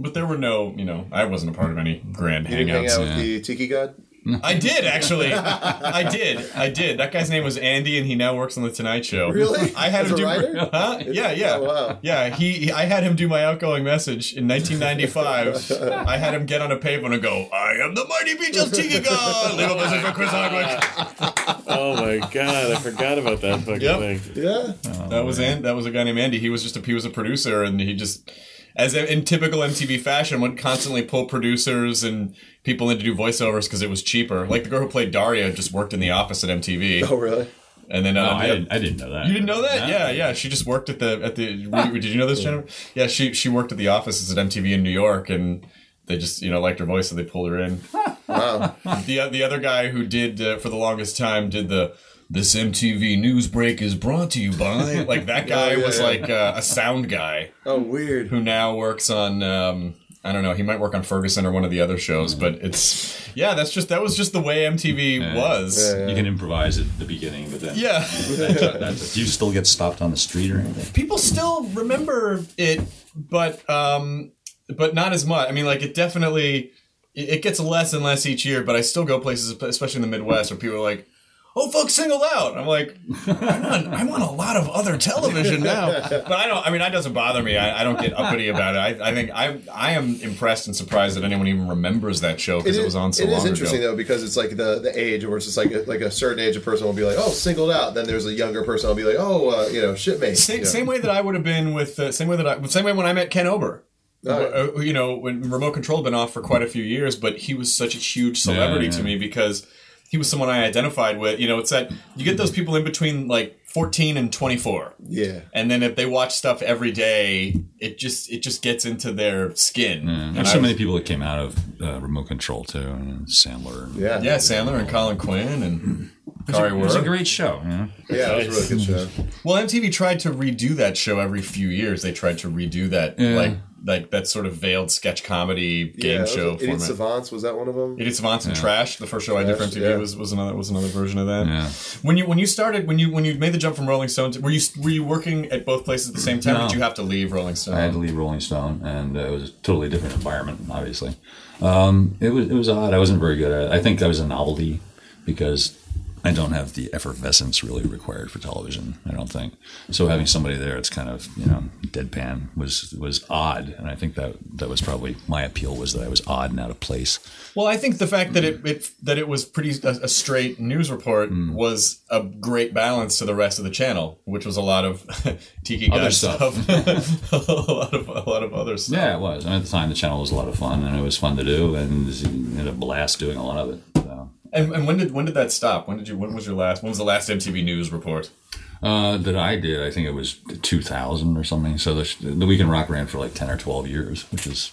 Speaker 4: But there were no, you know, I wasn't a part of any grand
Speaker 5: You didn't hang
Speaker 4: hangouts.
Speaker 5: out with the tiki god.
Speaker 4: I did actually, I did, I did. That guy's name was Andy, and he now works on the Tonight Show.
Speaker 5: Really?
Speaker 4: I had
Speaker 5: As
Speaker 4: him
Speaker 5: a
Speaker 4: do
Speaker 5: writer?
Speaker 4: Huh? Yeah, yeah.
Speaker 5: Oh, wow.
Speaker 4: Yeah, he, he- I had him do my outgoing message in 1995. I had him get on a pavement and go, "I am the mighty Beaches Tigagon." Little message for Chris Hardwick.
Speaker 6: Oh my god, I forgot about that fucking
Speaker 4: Yep.
Speaker 6: thing.
Speaker 5: Yeah.
Speaker 3: Oh,
Speaker 4: That was and that was a guy named Andy. He was just a he was a producer, and he just. As in in typical MTV fashion, would constantly pull producers and people in to do voiceovers because it was cheaper. Like the girl who played Daria just worked in the office at MTV,
Speaker 5: Oh really?
Speaker 4: and then uh,
Speaker 3: No, I
Speaker 4: yeah.
Speaker 3: didn't. I didn't know that.
Speaker 4: You didn't know that?
Speaker 3: No.
Speaker 4: Yeah, yeah. She just worked at the at the. Did you know this, Jennifer? Yeah, she she worked at the offices at MTV in New York, and they just you know liked her voice, so they pulled her in. the the other guy who did uh, for the longest time did the. This MTV news break is brought to you by like that guy
Speaker 5: yeah,
Speaker 4: was
Speaker 5: yeah.
Speaker 4: like uh, a sound guy
Speaker 5: Oh weird.
Speaker 4: who now works on um, I don't know he might work on Ferguson or one of the other shows but it's yeah that's just that was just the way MTV was
Speaker 3: You can improvise at the beginning, but then
Speaker 4: yeah.
Speaker 3: That- that- do you still get stopped on the street or anything?
Speaker 4: people still remember it, but um, but not as much. I mean, like it definitely it it gets less and less each year. But I still go places, especially in the Midwest, where people are like. Oh fuck! Singled out. I'm like, I'm on, I'm on a lot of other television now, but I don't. I mean, that doesn't bother me. I, I don't get uppity about it. I, I think I, I am impressed and surprised that anyone even remembers that show because it,
Speaker 5: is-
Speaker 4: was on so
Speaker 5: it
Speaker 4: long
Speaker 5: is interesting
Speaker 4: ago.
Speaker 5: though because it's like the the age where it's just like like a certain age a person will be like oh singled out then there's a younger person will be like oh uh, you know shipmate
Speaker 4: Same,
Speaker 5: you know.
Speaker 4: same way that I would have been with uh, same way that I same way when I met Ken Ober.
Speaker 3: Oh,
Speaker 4: Uh, you know, when remote control had been off for quite a few years, but he was such a huge celebrity
Speaker 3: Yeah, yeah.
Speaker 4: to me because he was someone I identified with. You know, it's that you get those people in between like 14 and 24.
Speaker 5: yeah
Speaker 4: And then if they watch stuff every day, it just it just gets into their skin. And
Speaker 3: There's
Speaker 4: I-
Speaker 3: so many people that came out of uh, remote control too, and Sandler. And,
Speaker 5: yeah
Speaker 4: yeah, Sandler and Colin Quinn and Kari
Speaker 3: It was a
Speaker 4: Ware.
Speaker 3: great show. You know?
Speaker 5: yeah it was a really good show
Speaker 4: Well, MTV tried to redo that show every few years. They tried to redo that like like that sort of veiled sketch comedy game
Speaker 5: yeah,
Speaker 4: show
Speaker 5: it was, Idiot
Speaker 4: format.
Speaker 5: Savants was that one of them
Speaker 4: Idiot Savants and Trash, the first show I did for
Speaker 5: Trash,
Speaker 4: MTV
Speaker 5: yeah.
Speaker 4: was, was another was another version of that.
Speaker 3: Yeah.
Speaker 4: When you when you started when you when you made the jump from Rolling Stone, to, were you were you working at both places at the same time? Or
Speaker 3: No.
Speaker 4: did you have to leave Rolling Stone?
Speaker 3: I had to leave Rolling Stone, and uh, it was a totally different environment, obviously. Um, it was it was odd. I wasn't very good at it. I think I was a novelty because I don't have the effervescence really required for television. I don't think so. Having somebody there, it's kind of you know deadpan was was odd, and I think that that was probably my appeal was that I was odd and out of place.
Speaker 4: Well, I think the fact that
Speaker 3: Mm.
Speaker 4: it, it that it was pretty a, a straight news report was a great balance to the rest of the channel, which was a lot of tiki
Speaker 3: Other
Speaker 4: guy
Speaker 3: stuff.
Speaker 4: stuff, a lot of a lot of other stuff.
Speaker 3: Yeah, it was. And at the time, the channel was a lot of fun, and it was fun to do, and we had a blast doing a lot of it. So.
Speaker 4: And, and when did when did that stop? When did you? When was your last? When was the last MTV News report?
Speaker 3: Uh, that I did, I think it was 2000 or something. So the, the Weekend Rock ran for like 10 or 12 years, which is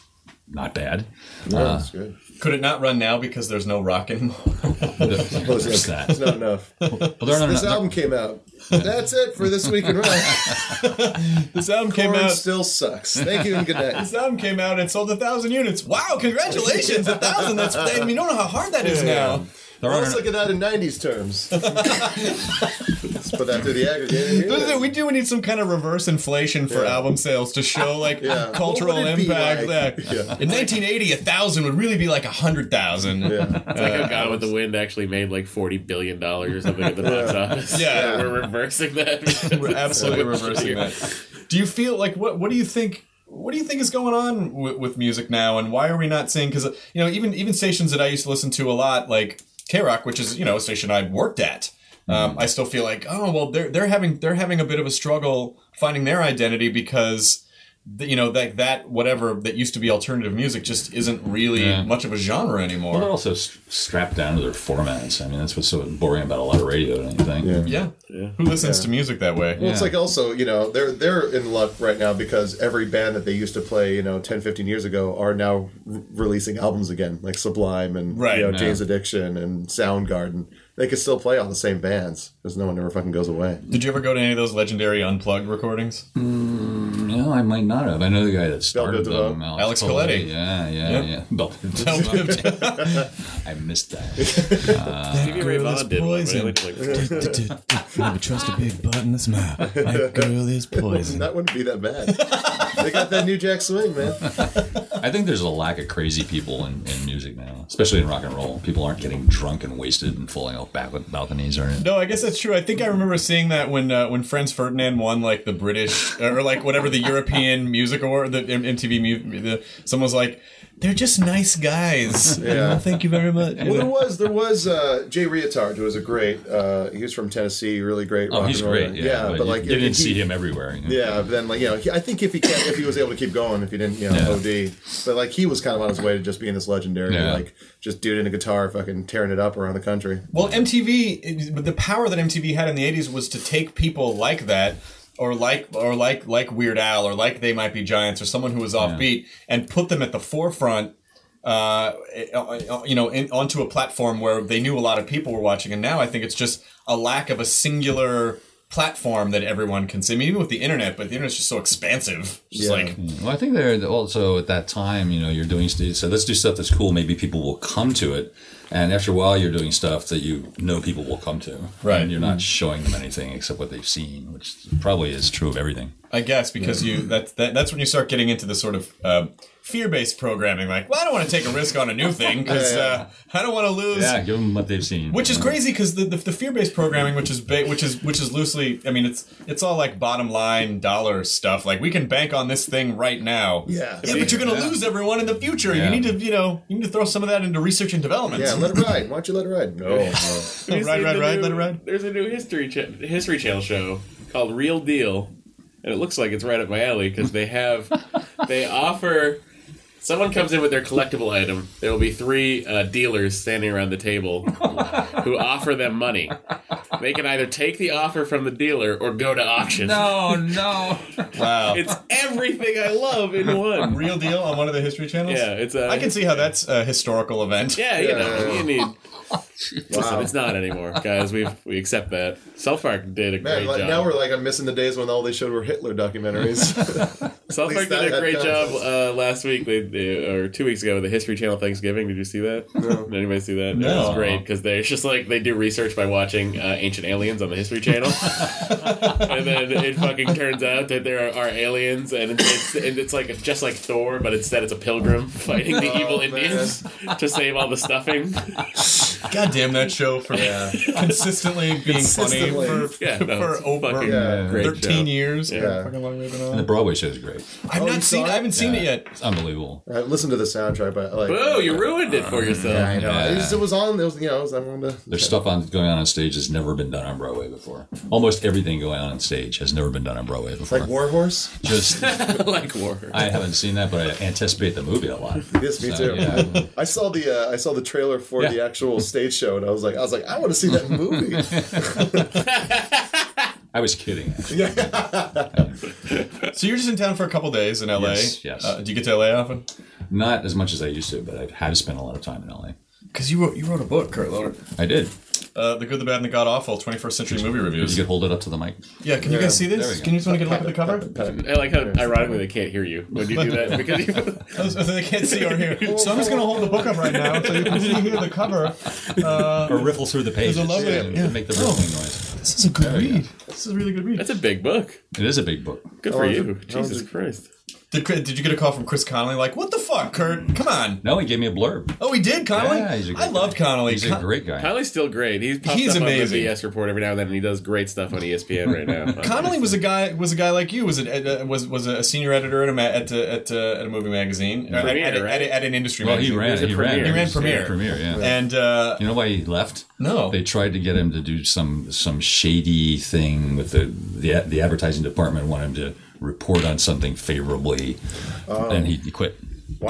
Speaker 3: not bad.
Speaker 5: No,
Speaker 4: Ah.
Speaker 5: that's good.
Speaker 4: Could it not run now because there's no rock anymore?
Speaker 5: Well, it's,
Speaker 3: There's
Speaker 5: not,
Speaker 3: that.
Speaker 5: it's not enough.
Speaker 3: Well, there are
Speaker 5: this
Speaker 3: no-
Speaker 5: album came out. That's it for this week in rock.
Speaker 4: This album came
Speaker 5: Corn
Speaker 4: out.
Speaker 5: still sucks. Thank you and good night.
Speaker 4: this album came out and sold a thousand units. Wow! Congratulations, a thousand. That's I mean, you don't know how hard that is now.
Speaker 3: there are
Speaker 5: Let's
Speaker 3: no-
Speaker 5: look at that in '90s terms. Let's put that through the
Speaker 4: This is it.
Speaker 5: aggregator.
Speaker 4: We do need some kind of reverse inflation for album sales to show like
Speaker 5: Yeah.
Speaker 4: cultural
Speaker 5: What would it be
Speaker 4: impact.
Speaker 5: like?
Speaker 4: that-
Speaker 5: Yeah.
Speaker 4: In 1980, a thousand would really be like a hundred thousand.
Speaker 5: Yeah.
Speaker 6: It's like how God with the Wind actually made like forty billion dollars or something at the box office.
Speaker 4: Yeah.
Speaker 6: we're reversing that. because
Speaker 4: We're
Speaker 6: it's
Speaker 4: absolutely
Speaker 6: so much
Speaker 4: reversing
Speaker 6: shittier.
Speaker 4: that. Do you feel like what? What do you think? What do you think is going on with, with music now, and why are we not seeing? Because you know, even even stations that I used to listen to a lot, like K Rock, which is you know a station I worked at, um, I still feel like oh well, they're they're having they're having a bit of a struggle finding their identity because th- you know that that whatever that used to be alternative music just isn't really much of a genre
Speaker 3: Well, they're
Speaker 4: anymore.
Speaker 3: also s- strapped down to their formats. I mean, that's what's so boring about a lot of radio, don't you think? Yeah.
Speaker 4: Yeah. who listens to music that way?
Speaker 5: Well, it's like also, you know, they're they're in luck right now because every band that they used to play, you know, 10, 15 years ago are now re- releasing albums again, like Sublime and
Speaker 4: Right,
Speaker 5: you know,
Speaker 4: yeah.
Speaker 5: Jane's Addiction and Soundgarden. They can still play all the same bands because no one ever fucking goes away.
Speaker 4: Did you ever go to any of those legendary unplugged recordings?
Speaker 3: No, I might not have. I know the guy that started
Speaker 5: Bill
Speaker 3: them,
Speaker 4: Alex
Speaker 3: Foley.
Speaker 4: Coletti.
Speaker 3: Yeah, yeah, yeah. Bill- I missed that.
Speaker 6: Stevie Ray Vaughan did one, but I only did, like, four.
Speaker 4: Never trust a big butt in the mouth. That girl is
Speaker 3: Mm-hmm.
Speaker 4: poison.
Speaker 5: That wouldn't be that bad. they got that new Jack Swing, man.
Speaker 3: I think there's a lack of crazy people in, in music now, especially in rock and roll. People aren't getting drunk and wasted and falling off back balconies or anything.
Speaker 4: No, I guess that's true. I think I remember seeing that when uh, when Franz Ferdinand won like the British or like whatever the European Music Award, the M- MTV, mu- the, someone was like, "They're just nice guys."
Speaker 5: Yeah.
Speaker 4: Well, thank you very much.
Speaker 5: Well, there was there was uh, Jay Riotard, who was a great. Uh, he was from Tennessee, really great.
Speaker 3: Oh,
Speaker 5: rock
Speaker 3: he's
Speaker 5: and roller.
Speaker 3: great. Yeah,
Speaker 5: but,
Speaker 3: you,
Speaker 5: like
Speaker 3: you didn't
Speaker 5: he-
Speaker 3: see him everywhere.
Speaker 5: Yeah, but then like you know, he, I think if he kept, if he was able to keep going, if he didn't, you know, OD. But like he was kind of on his way to just being this legendary,
Speaker 3: Yeah.
Speaker 5: like just dude in a guitar, fucking tearing it up around the country.
Speaker 4: Well, MTV, it- but the power that MTV had in the '80s was to take people like that, or like, or like, like Weird Al, or like They Might Be Giants, or someone who was offbeat, and put them at the forefront. Uh, uh, you know, in, onto a platform where they knew a lot of people were watching, and now I think it's just a lack of a singular platform that everyone can see. I mean, even with the internet, but the internet's just so expansive. It's Just
Speaker 5: Yeah.
Speaker 4: like
Speaker 3: Well, I think they're also at that time, you know, you're doing st- so let's do stuff that's cool. Maybe people will come to it, and after a while, you're doing stuff that you know people will come to.
Speaker 4: Right.
Speaker 3: And you're
Speaker 5: Mm-hmm.
Speaker 3: not showing them anything except what they've seen, which probably is true of everything.
Speaker 4: I guess because you that, that that's when you start getting into the sort of uh, fear-based programming. Like, well, I don't want to take a risk on a new thing because uh, I don't want to lose.
Speaker 3: Yeah, Mm-hmm. give them what they've seen.
Speaker 4: Which is crazy because the, the, the fear-based programming, which is ba- which is which is loosely, I mean, it's it's all like bottom line dollar stuff. Like we can bank on this thing right now.
Speaker 5: Yeah.
Speaker 4: Yeah, but you're gonna lose everyone in the future.
Speaker 3: Yeah.
Speaker 4: You need to you know you need to throw some of that into research and development.
Speaker 5: Yeah, let it ride. Why don't you let it ride? No, no.
Speaker 6: Have you
Speaker 4: Ride,
Speaker 6: seen
Speaker 4: ride,
Speaker 6: the
Speaker 4: ride,
Speaker 6: new-
Speaker 4: let it ride.
Speaker 6: There's a new history cha- history channel show called Real Deal, and it looks like it's right up my alley because they have they offer. Someone comes in with their collectible item. There will be three uh, dealers standing around the table who offer them money. They can either take the offer from the dealer or go to auction.
Speaker 3: No, no.
Speaker 6: It's everything I love in one.
Speaker 4: Real deal on one of the history channels.
Speaker 6: Yeah, it's a.
Speaker 4: I can see how that's a historical event.
Speaker 6: Yeah, you
Speaker 5: Yeah.
Speaker 6: know, you need. Listen, it's not anymore, guys. We we accept that. Selfark did a
Speaker 5: man.
Speaker 6: great
Speaker 5: Like,
Speaker 6: job.
Speaker 5: now we're like, I'm missing the days when all they showed were Hitler documentaries.
Speaker 6: South
Speaker 5: At least
Speaker 6: Park
Speaker 5: that
Speaker 6: did a
Speaker 5: had
Speaker 6: great job
Speaker 5: context.
Speaker 6: uh, last week, they, they, or two weeks ago, with the History Channel Thanksgiving. Did you see that? Did anybody see that?
Speaker 4: No.
Speaker 6: It was great because they're just like they do research by watching uh, Ancient Aliens on the History Channel, and then it fucking turns out that there are, aliens, and it's, it's and it's like just like Thor, but instead it's a pilgrim fighting the evil
Speaker 5: Oh, man.
Speaker 6: Indians to save all the stuffing.
Speaker 4: God God damn that show for uh, consistently being
Speaker 5: Consistently.
Speaker 4: funny for,
Speaker 6: Yeah, no,
Speaker 4: for
Speaker 6: it's
Speaker 4: over
Speaker 6: fucking
Speaker 5: Yeah.
Speaker 6: great
Speaker 4: 13
Speaker 6: show.
Speaker 4: years.
Speaker 5: Yeah.
Speaker 4: Fucking long way
Speaker 3: And the
Speaker 4: been on.
Speaker 3: Broadway show is great.
Speaker 4: I've
Speaker 5: Oh, you
Speaker 4: not
Speaker 5: saw
Speaker 4: seen.
Speaker 5: it?
Speaker 4: I haven't seen it yet.
Speaker 3: It's unbelievable.
Speaker 5: I listened to the soundtrack, but like,
Speaker 6: Oh, you ruined it for yourself.
Speaker 5: I know.
Speaker 3: Yeah.
Speaker 5: It, was, it was on. It was you know. It was, I wanted to.
Speaker 3: There's stuff on going on on stage that's never been done on Broadway before. Almost everything going on on stage has never been done on Broadway before.
Speaker 5: Like Warhorse.
Speaker 3: Just
Speaker 6: like war.
Speaker 3: I haven't seen that, but I anticipate the movie a lot.
Speaker 5: Yes, me
Speaker 3: So,
Speaker 5: too.
Speaker 3: yeah.
Speaker 5: I saw the uh, I saw the trailer for
Speaker 3: Yeah.
Speaker 5: the actual stage show, and I was like, I was like, I want to see that movie.
Speaker 3: I was kidding. actually.
Speaker 4: So you're just in town for a couple days in LA.
Speaker 3: Yes, yes.
Speaker 4: Uh, do you get to LA often?
Speaker 3: Not as much as I used to, but I have spent a lot of time in LA.
Speaker 4: Because you wrote you wrote a book, Kurt Loder.
Speaker 3: I did.
Speaker 4: Uh, the Good, the Bad, and the God Awful 21st Century Movie
Speaker 3: You
Speaker 4: Reviews.
Speaker 3: could hold it up to the mic.
Speaker 4: Yeah, can you guys see
Speaker 3: There we
Speaker 4: this?
Speaker 3: go.
Speaker 4: Can you just want to get a look at the cover?
Speaker 6: I like how ironically they can't hear you when you do that because you,
Speaker 4: they can't see or hear. So I'm just going to hold the book up right now so you can see here the cover.
Speaker 3: or riffle through the pages.
Speaker 4: lovely-
Speaker 3: and
Speaker 4: yeah.
Speaker 3: Make the riffling noise.
Speaker 4: This is a good read. This is a really good read.
Speaker 6: that's a big book.
Speaker 3: It is a big book.
Speaker 6: Good for
Speaker 5: is
Speaker 6: you.
Speaker 5: it- how is
Speaker 6: Jesus
Speaker 5: it-
Speaker 6: Christ.
Speaker 4: Did, Chris- did you get a call from Chris Connolly? Like, what the fuck, Kurt? Come on.
Speaker 3: No, he gave me a blurb.
Speaker 4: Oh, he did, Connolly?
Speaker 3: Yeah, he's a
Speaker 4: I
Speaker 3: great
Speaker 4: love
Speaker 3: guy.
Speaker 4: Connolly.
Speaker 3: He's a
Speaker 4: Con-
Speaker 3: great guy.
Speaker 6: Conley's still great. He pops
Speaker 4: He's
Speaker 6: up
Speaker 4: amazing.
Speaker 6: on the BS report every now and then, and he does great stuff on E ESPN right now.
Speaker 4: Connolly was a guy was a guy like you was a, uh, was was a senior editor at a ma- at a, at a, at a movie magazine at,
Speaker 6: Premiere,
Speaker 4: at, a- at, a- at an industry
Speaker 3: Well, he
Speaker 4: magazine.
Speaker 3: ran.
Speaker 6: a
Speaker 3: He ran.
Speaker 6: premiere. He
Speaker 4: ran
Speaker 3: Yeah,
Speaker 4: premiere.
Speaker 3: Premiere. Yeah.
Speaker 4: and uh,
Speaker 3: You know why he left?
Speaker 4: No.
Speaker 3: They tried to get him to do some some shady thing with the the, the advertising department wanted him to report on something favorably, and he, he quit.
Speaker 5: wow,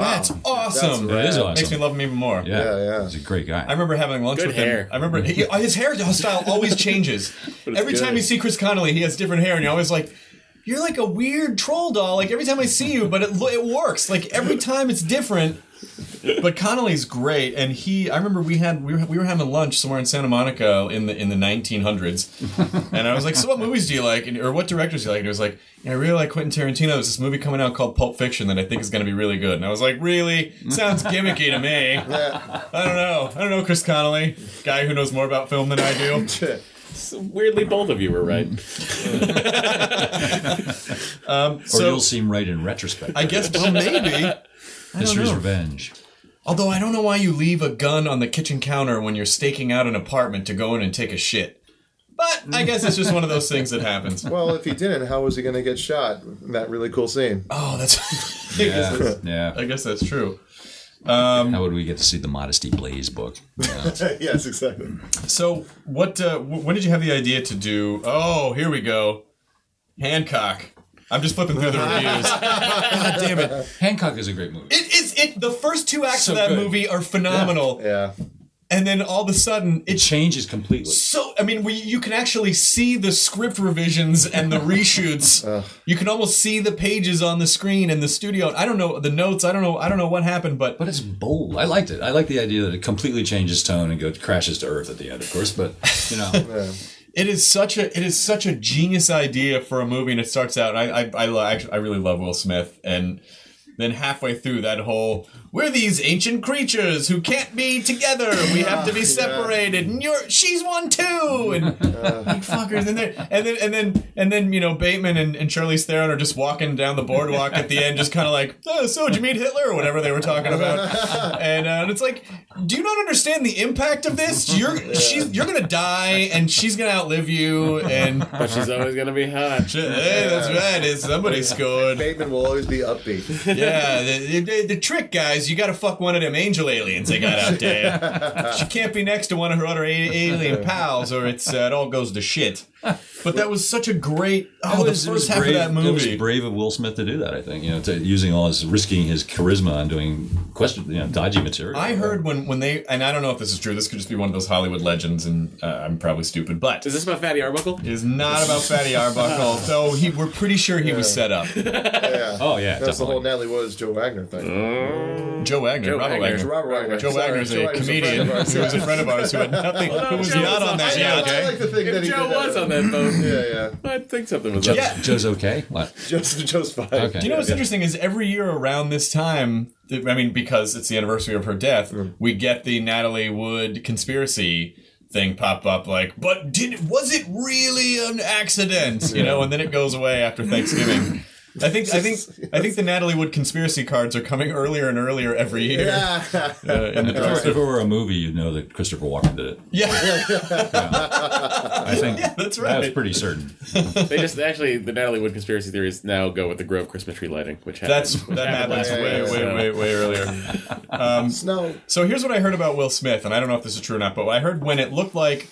Speaker 4: that's awesome.
Speaker 5: That's
Speaker 3: It is
Speaker 5: rad.
Speaker 3: awesome.
Speaker 4: Makes me love him even more.
Speaker 3: Yeah.
Speaker 5: Yeah, yeah.
Speaker 3: He's a great guy.
Speaker 4: I remember having lunch
Speaker 6: Good
Speaker 4: with
Speaker 6: hair.
Speaker 4: him. I remember he, uh, his hairstyle always changes. Every
Speaker 6: good.
Speaker 4: time you see Chris Connolly, he has different hair, and you're always like, "You're like a weird troll doll." Like every time I see you, but it lo- it works. Like every time it's different. But Connolly's great, and he. I remember we had we were, we were having lunch somewhere in Santa Monica in the in the 1900s, and I was like, "So what movies do you like, and, or what directors do you like?" And he was like, "Yeah, "I really like Quentin Tarantino. There's this movie coming out called Pulp Fiction that I think is going to be really good." And I was like, "Really? Sounds gimmicky to me." I don't know. I don't know Chris Connolly, guy who knows more about film than I do.
Speaker 6: Weirdly, both of you were right.
Speaker 3: or
Speaker 4: so-
Speaker 3: you'll seem right in retrospect.
Speaker 4: I guess well maybe.
Speaker 3: History's revenge.
Speaker 4: Although I don't know why you leave a gun on the kitchen counter when you're staking out an apartment to go in and take a shit. But I guess it's just one of those things that happens.
Speaker 5: Well, if he didn't, how was he going to get shot? in That really cool scene.
Speaker 4: Oh, that's. I, guess
Speaker 3: Yeah.
Speaker 4: that's
Speaker 3: yeah.
Speaker 4: I guess that's true. Um,
Speaker 3: How would we get to see the Modesty Blaze book?
Speaker 5: yes, exactly.
Speaker 4: So what? Uh, wh- when did you have the idea to do? Oh, here we go, Hancock. I'm just flipping through the reviews. God damn it!
Speaker 3: Hancock is a great movie.
Speaker 4: It is it. The first two acts
Speaker 3: So
Speaker 4: of that
Speaker 3: good.
Speaker 4: movie are phenomenal,
Speaker 5: Yeah.
Speaker 4: and then all of a sudden
Speaker 3: It changes completely.
Speaker 4: so i mean we, you can actually see the script revisions and the reshoots you can almost see the pages on the screen in the studio i don't know the notes i don't know i don't know what happened but
Speaker 3: But it's bold. I liked it. I like the idea that it completely changes tone and goes crashes to earth at the end, of course. But you know,
Speaker 4: it is such a it is such a genius idea for a movie and it starts out and i i, I, lo- actually, I really love will smith and then halfway through that whole we're these ancient creatures who can't be together we have to be separated and you're she's one too and you fuckers and then and then and then and then you know bateman and, and charlize theron are just walking down the boardwalk at the end just kind of like oh, so did you meet hitler or whatever they were talking about and, uh, and it's like do you not understand the impact of this you're she's you're gonna die and she's gonna outlive you and
Speaker 6: But she's always going to be hot.
Speaker 4: Hey, that's right. It's somebody scored.
Speaker 5: Bateman will always be upbeat.
Speaker 4: Yeah, the, the, the trick, guys, you gotta fuck one of them angel aliens they got out there. she can't be next to one of her other a- alien pals, or it's uh, it all goes to shit. But that was such a great oh,
Speaker 3: It
Speaker 4: the
Speaker 3: was- it was
Speaker 4: first half
Speaker 3: brave,
Speaker 4: of that
Speaker 3: It was
Speaker 4: movie.
Speaker 3: brave of Will Smith to do that. I think you know, to, using all his risking his charisma on doing question, you know, dodgy material.
Speaker 4: I heard when when they and I don't know if this is true. This could just be one of those Hollywood legends, and uh, I'm probably stupid, but
Speaker 6: Is this about Fatty Arbuckle?
Speaker 4: it is not about Fatty Arbuckle. though he, we're pretty sure he was set up.
Speaker 5: Yeah.
Speaker 3: Oh yeah,
Speaker 5: That's the
Speaker 3: definitely.
Speaker 5: whole Natalie Woods, Joe Wagner thing.
Speaker 4: Joe Wagner,
Speaker 6: Joe
Speaker 4: Robert
Speaker 6: Wagner.
Speaker 4: Wagner.
Speaker 5: Robert Wagner.
Speaker 4: Joe
Speaker 5: Sorry,
Speaker 4: Wagner is
Speaker 5: Joe
Speaker 4: a
Speaker 5: Wagner's
Speaker 4: comedian who
Speaker 5: friend of ours.
Speaker 4: was a friend of ours who had nothing, who was
Speaker 6: Joe
Speaker 4: not
Speaker 6: was
Speaker 4: on
Speaker 6: on-
Speaker 4: that
Speaker 6: I know,
Speaker 4: yacht.
Speaker 5: I
Speaker 4: eh?
Speaker 5: like to think that
Speaker 6: If
Speaker 5: he
Speaker 6: Joe
Speaker 5: did that.
Speaker 6: was on that boat,
Speaker 5: Yeah, yeah.
Speaker 6: I think something was
Speaker 3: Joe's,
Speaker 6: up.
Speaker 4: Yeah.
Speaker 3: Joe's okay. What?
Speaker 5: Just, just fine.
Speaker 3: Okay.
Speaker 4: Do you know what's interesting is every year around this time, I mean, because it's the anniversary of her death, we get the Natalie Wood conspiracy thing pop up like but did was it really an accident you know and then it goes away after thanksgiving I think I think I think the Natalie Wood conspiracy cards are coming earlier and earlier every year.
Speaker 5: Yeah.
Speaker 4: uh,
Speaker 3: If it
Speaker 4: in the
Speaker 3: were-
Speaker 4: process.
Speaker 3: if it were a movie, you'd know that Christopher Walken did it.
Speaker 4: yeah,
Speaker 3: I think
Speaker 4: that's
Speaker 3: that's
Speaker 4: right.
Speaker 3: pretty certain.
Speaker 6: They just actually the Natalie Wood conspiracy theories now go with the Grove Christmas tree lighting, which
Speaker 4: That's
Speaker 6: happened- which
Speaker 4: that
Speaker 6: happened
Speaker 4: happens
Speaker 6: last
Speaker 4: way,
Speaker 6: week,
Speaker 4: way,
Speaker 6: so-
Speaker 4: way, way earlier.
Speaker 5: Snow.
Speaker 4: So here's what I heard about Will Smith, and I don't know if this is true or not, but I heard when it looked like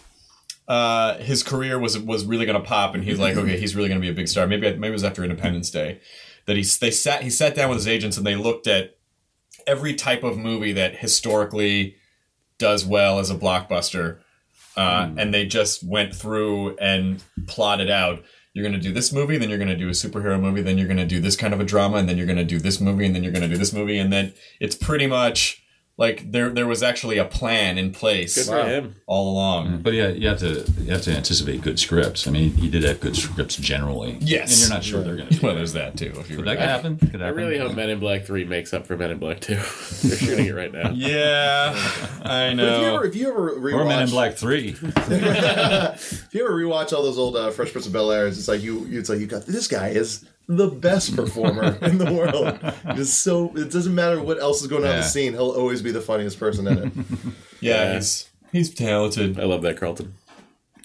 Speaker 4: uh, his career was was really going to pop, and he's like, okay, he's really going to be a big star. Maybe maybe it was after Independence Day that he they sat he sat down with his agents and they looked at every type of movie that historically does well as a blockbuster, uh, and they just went through and plotted out. You're going to do this movie, then you're going to do a superhero movie, then you're going to do this kind of a drama, and then you're going to do this movie, and then you're going to do this movie, and then it's pretty much like there there was actually a plan in
Speaker 6: Good
Speaker 4: place
Speaker 6: for him.
Speaker 4: all along.
Speaker 3: But yeah, you have to you have to anticipate good scripts. I mean, he did have good scripts generally.
Speaker 4: Yes.
Speaker 3: and you're not sure they're going to.
Speaker 4: Well, there's that too. If you
Speaker 3: That could happen. Could happen.
Speaker 6: I really hope Men in Black Three makes up for Men in Black Two. They're shooting it right now.
Speaker 4: Yeah, I
Speaker 5: If you ever,
Speaker 4: know.
Speaker 5: if you ever rewatch,
Speaker 3: Or Men in Black Three.
Speaker 5: if you ever rewatch all those old uh, Fresh Prince of Bel Air, it's like you, it's like you got this guy is the best performer in the world. Just so it doesn't matter what else is going on in the
Speaker 3: Yeah.
Speaker 5: scene, he'll always be the funniest person in it.
Speaker 4: Yeah, he's he's talented.
Speaker 6: I love that Carlton.